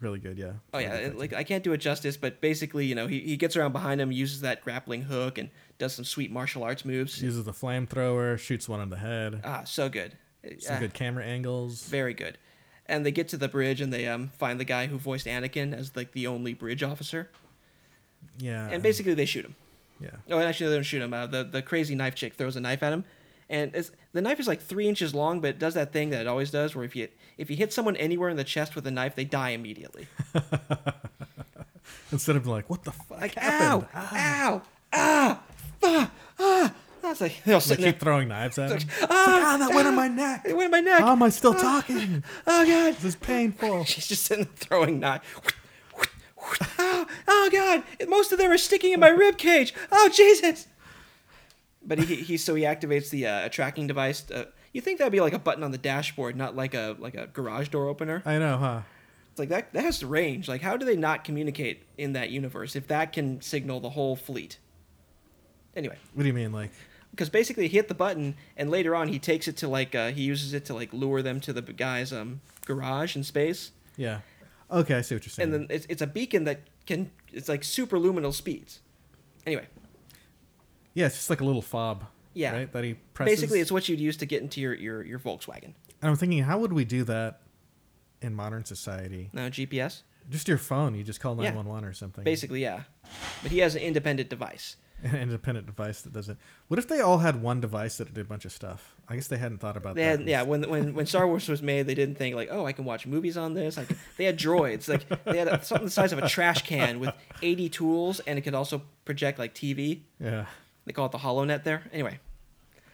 Speaker 2: really good. Yeah.
Speaker 3: oh, yeah, it- like, I can't do it justice, but basically, you know, he, he gets around behind him, uses that grappling hook, and does some sweet martial arts moves.
Speaker 2: Uses the flamethrower, shoots one on the head.
Speaker 3: Ah, so good.
Speaker 2: Some
Speaker 3: Ah,
Speaker 2: good camera angles.
Speaker 3: Very good. And they get to the bridge, and they um, find the guy who voiced Anakin as, like, the only bridge officer.
Speaker 2: Yeah.
Speaker 3: And basically, they shoot him.
Speaker 2: yeah.
Speaker 3: Oh, and actually, they don't shoot him. Uh, the the crazy knife chick throws a knife at him, and it's, the knife is like three inches long, but it does that thing that it always does, where if you if you hit someone anywhere in the chest with a knife, they die immediately.
Speaker 2: Instead of like, what the fuck
Speaker 3: Like,
Speaker 2: happened?
Speaker 3: ow, ow, ah, ah, ah. That's like they're all
Speaker 2: They
Speaker 3: sitting there.
Speaker 2: keep throwing knives at him. It's like,
Speaker 3: Ah,
Speaker 2: ah, that went in my neck.
Speaker 3: it went in Ah, my neck.
Speaker 2: How am I still talking?
Speaker 3: oh god,
Speaker 2: This is painful.
Speaker 3: she's just sitting there throwing knife. Oh, oh god, most of them are sticking in my rib cage. Oh Jesus. But he, he so he activates the uh, tracking device. Uh, you think that'd be like a button on the dashboard, not like a like a garage door opener?
Speaker 2: I know, huh?
Speaker 3: It's like that that has range. Like how do they not communicate in that universe if that can signal the whole fleet? Anyway,
Speaker 2: What do you mean, like?
Speaker 3: because basically he hit the button and later on he takes it to like uh, he uses it to like lure them to the guy's um garage in space.
Speaker 2: Yeah. Okay, I see what you're saying.
Speaker 3: and then it's, it's a beacon that can it's like superluminal speeds anyway
Speaker 2: yeah, it's just like a little fob.
Speaker 3: Yeah.
Speaker 2: Right. That he presses.
Speaker 3: basically it's what you'd use to get into your your, your
Speaker 2: And
Speaker 3: volkswagen
Speaker 2: I'm thinking, how would we do that in modern society?
Speaker 3: now gps
Speaker 2: Just your phone. You just call
Speaker 3: Yeah.
Speaker 2: 911 or something.
Speaker 3: basically yeah but he has an independent device
Speaker 2: An independent device that does it. What if they all had one device that did a bunch of stuff? I guess they hadn't thought about
Speaker 3: they
Speaker 2: that.
Speaker 3: had yeah when when when star wars was made they didn't think like oh i can watch movies on this I can, they had droids like they had a, something the size of a trash can with 80 tools and it could also project like tv
Speaker 2: Yeah.
Speaker 3: they call it the hollow net there anyway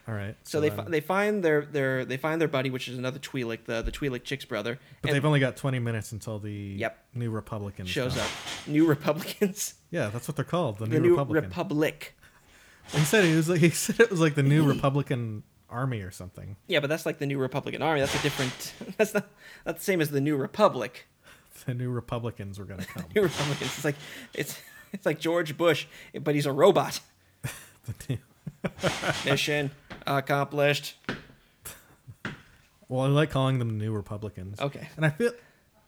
Speaker 2: All right.
Speaker 3: so they,
Speaker 2: then-
Speaker 3: fi- they find their, their they find their buddy, which is another Twi'lek, the the Twi'lek chick's brother.
Speaker 2: But
Speaker 3: and-
Speaker 2: they've only got 20 minutes until the
Speaker 3: Yep.
Speaker 2: New Republicans
Speaker 3: shows
Speaker 2: come.
Speaker 3: up. New Republicans.
Speaker 2: Yeah, that's what they're called, the,
Speaker 3: The
Speaker 2: New,
Speaker 3: New
Speaker 2: Republican.
Speaker 3: Republic.
Speaker 2: he said it was like he said it was like the New Republican Army or something.
Speaker 3: Yeah, but that's like the New Republican Army. That's a different. That's not. Not the same as the New Republic.
Speaker 2: The New Republicans were gonna come.
Speaker 3: New Republicans. It's like it's it's like George Bush, but he's a robot.
Speaker 2: The new-
Speaker 3: Mission accomplished.
Speaker 2: well, I like calling them the New Republicans.
Speaker 3: Okay.
Speaker 2: And I feel,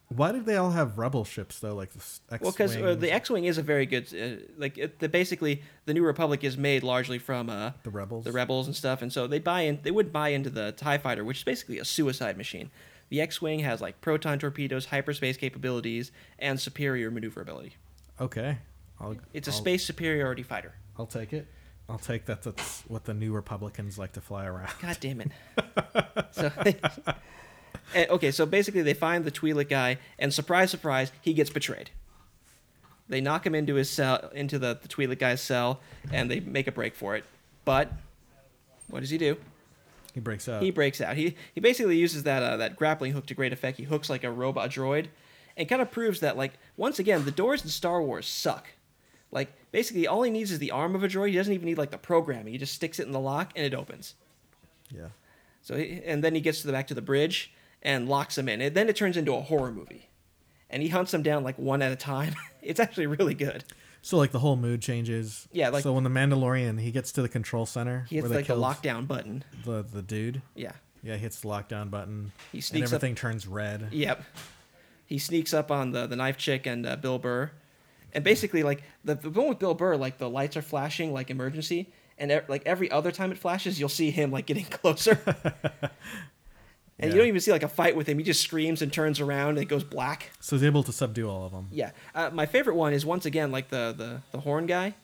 Speaker 2: why did they all have rebel ships though? Like the s- X
Speaker 3: Well, because uh, the
Speaker 2: the
Speaker 3: X-wing is a very good, uh, like it, the basically the New Republic is made largely from uh,
Speaker 2: The rebels.
Speaker 3: the rebels and stuff, and so they buy in. They would buy into the Tie Fighter, which is basically a suicide machine. The X-wing has like proton torpedoes, hyperspace capabilities, and superior maneuverability.
Speaker 2: Okay. I'll,
Speaker 3: It's a
Speaker 2: I'll-
Speaker 3: space superiority fighter.
Speaker 2: I'll take it. I'll take that. That's what the new Republicans like to fly around.
Speaker 3: God damn it. so, Eh, okay, so basically they find the Twi'lek guy, and surprise, surprise, he gets betrayed. They knock him into his cell, into the, the Twi'lek guy's cell, and they make a break for it. But what does he do?
Speaker 2: He breaks up.
Speaker 3: He breaks out. He he basically uses that uh, that grappling hook to great effect. He hooks like a robot droid, and kind of proves that like once again the doors in Star Wars suck. Like basically all he needs is the arm of a droid. He doesn't even need like the programming. He just sticks it in the lock and it opens.
Speaker 2: yeah.
Speaker 3: So he, and then he gets to the back to the bridge and locks them in. And then it turns into a horror movie, and he hunts them down like one at a time. it's actually really good.
Speaker 2: So like the whole mood changes.
Speaker 3: Yeah, like-
Speaker 2: so when the Mandalorian he gets to the control center
Speaker 3: He hits
Speaker 2: where they
Speaker 3: like the
Speaker 2: killed
Speaker 3: lockdown button.
Speaker 2: the the dude.
Speaker 3: Yeah.
Speaker 2: Yeah, he hits the lockdown button.
Speaker 3: He
Speaker 2: and
Speaker 3: sneaks up-
Speaker 2: everything turns red.
Speaker 3: Yep. He sneaks up on the, the knife chick and uh, Bill Burr. And basically, like, the, the one with Bill Burr, like, the lights are flashing, like, emergency. And, e- like, every other time it flashes, you'll see him, like, getting closer. and
Speaker 2: Yeah.
Speaker 3: you don't even see, like, a fight with him. He just screams and turns around and it goes black.
Speaker 2: So he's able to subdue all of them.
Speaker 3: Yeah. Uh, my favorite one is, once again, like, the, the, the horn guy.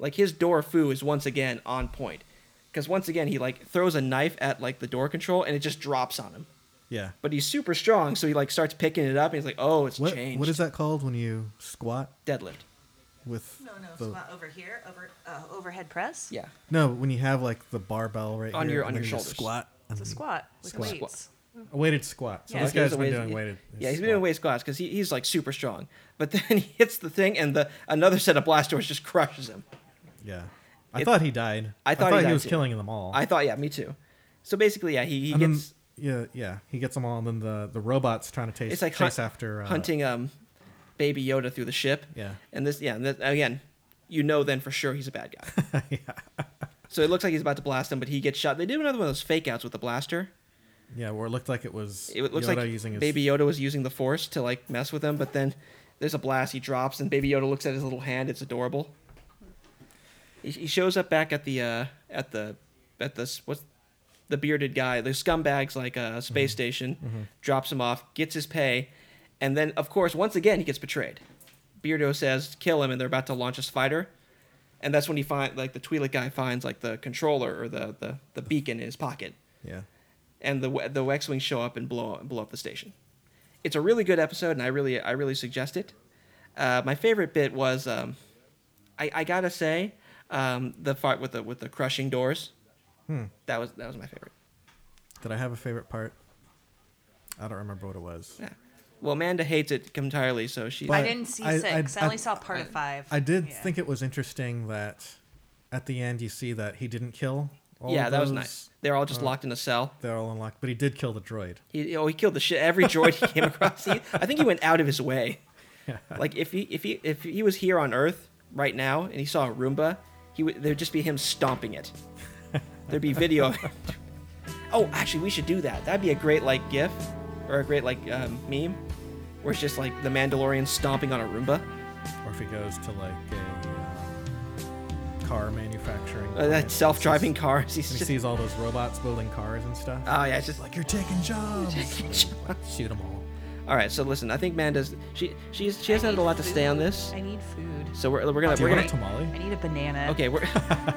Speaker 3: Like, his door foo is, once again, on point. Because, once again, he, like, throws a knife at, like, the door control and it just drops on him
Speaker 2: Yeah.
Speaker 3: but he's super strong, so he like starts picking it up and he's like, "Oh, it's
Speaker 2: What
Speaker 3: changed."
Speaker 2: what is that called when you squat
Speaker 3: deadlift?
Speaker 2: with
Speaker 1: No, no,
Speaker 2: the,
Speaker 1: squat over here, over uh, overhead press.
Speaker 3: Yeah,
Speaker 2: No, when you have like the barbell right
Speaker 3: On
Speaker 2: here,
Speaker 3: your- on
Speaker 2: and then
Speaker 3: your
Speaker 2: you just
Speaker 3: shoulders.
Speaker 2: Squat.
Speaker 1: It's
Speaker 2: and
Speaker 1: a
Speaker 2: then-
Speaker 1: squat with
Speaker 2: Squat.
Speaker 1: weights.
Speaker 2: A weighted squat. So
Speaker 1: Yeah.
Speaker 2: this
Speaker 1: He
Speaker 2: guy's
Speaker 3: does a
Speaker 2: been
Speaker 3: weighted-
Speaker 2: doing weighted.
Speaker 3: yeah, he's been
Speaker 2: squat.
Speaker 3: doing weight squats because he, he's like super strong. But then he hits the thing, and the another set of blast doors just crushes him.
Speaker 2: Yeah. I
Speaker 3: It-
Speaker 2: thought he died.
Speaker 3: I thought he died
Speaker 2: was
Speaker 3: too.
Speaker 2: killing them all.
Speaker 3: I thought, yeah, me too. So basically, yeah, he, he
Speaker 2: and then,
Speaker 3: gets
Speaker 2: yeah, yeah, he gets them all, and then the the robots trying to taste,
Speaker 3: it's like
Speaker 2: chase
Speaker 3: hunt-
Speaker 2: after uh,
Speaker 3: hunting um, baby Yoda through the ship.
Speaker 2: Yeah.
Speaker 3: and this, yeah, and this, again, you know, then for sure he's a bad guy. So it looks like he's about to blast him, but he gets shot. They do another one of those fake outs with the blaster.
Speaker 2: Yeah, where it looked like it was
Speaker 3: it looks
Speaker 2: Yoda
Speaker 3: like
Speaker 2: using his
Speaker 3: Baby Yoda was using the Force to like mess with him, but then there's a blast. He drops, and Baby Yoda looks at his little hand. It's adorable. He, he shows up back at the uh, at the at this what's the bearded guy, the scumbags like a uh,
Speaker 2: Mm-hmm.
Speaker 3: space station, drops him off, gets his pay, and then of course once again he gets betrayed. Beardo says kill him, and they're about to launch a spider. And that's when he find like the Twi'lek guy finds like the controller or the, the, the beacon in his pocket
Speaker 2: yeah.
Speaker 3: and the the X wings show up and blow blow up the station. It's a really good episode, and I really I really suggest it. Uh, my favorite bit was um, I I gotta say um, the fight with the with the crushing doors.
Speaker 2: Hmm.
Speaker 3: That was that was my favorite.
Speaker 2: Did I have a favorite part? I don't remember what it was.
Speaker 3: Yeah. Well, Amanda hates it entirely, so she.
Speaker 1: I
Speaker 2: But
Speaker 1: didn't see
Speaker 2: I- I-
Speaker 1: six. I,
Speaker 2: I-
Speaker 1: only saw part of five.
Speaker 2: I did
Speaker 1: Yeah.
Speaker 2: think it was interesting that at the end you see that he didn't kill. All
Speaker 3: yeah,
Speaker 2: of
Speaker 3: that was
Speaker 2: those.
Speaker 3: nice. They're all just locked in a cell.
Speaker 2: They're all unlocked, but he did kill the droid.
Speaker 3: He oh he killed the shit every droid he came across. He, I think he went out of his way. Like if he if he if he was here on Earth right now and he saw a Roomba, he would there'd just be him stomping it. There'd be video. of him. oh, actually, we should do that. That'd be a great like GIF or a great like um, meme, where it's just like the Mandalorian stomping on a Roomba.
Speaker 2: Or if he goes to like a uh, car manufacturing,
Speaker 3: Uh,
Speaker 2: plant,
Speaker 3: that self-driving cars. He's
Speaker 2: and he
Speaker 3: just,
Speaker 2: sees all those robots building cars and stuff.
Speaker 3: oh yeah, it's just
Speaker 2: like you're taking jobs. Shoot them all.
Speaker 3: all right. So listen, I think Manda's she she's she hasn't had a lot to stay on this.
Speaker 1: I need food.
Speaker 3: So we're, we're gonna
Speaker 2: Do
Speaker 3: we're
Speaker 2: you
Speaker 3: gonna
Speaker 2: want a tamale?
Speaker 1: I need a banana.
Speaker 3: Okay, we're.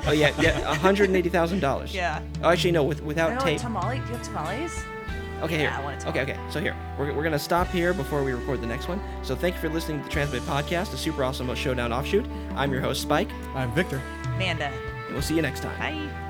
Speaker 3: Oh yeah, yeah, one hundred and eighty thousand dollars.
Speaker 1: Yeah.
Speaker 3: Oh, actually, no, with
Speaker 1: I
Speaker 3: without
Speaker 1: don't want
Speaker 3: tape.
Speaker 1: tamale. Do you have tamales?
Speaker 3: Okay,
Speaker 1: Yeah,
Speaker 3: here.
Speaker 1: I want a
Speaker 3: okay,
Speaker 1: tamale.
Speaker 3: okay. So here, we're, we're gonna stop here before we record the next one. So thank you for listening to the Transmit Podcast, a super awesome showdown offshoot. I'm your host Spike,
Speaker 2: I'm Victor.
Speaker 1: Amanda.
Speaker 3: and we'll see you next time.
Speaker 1: Bye.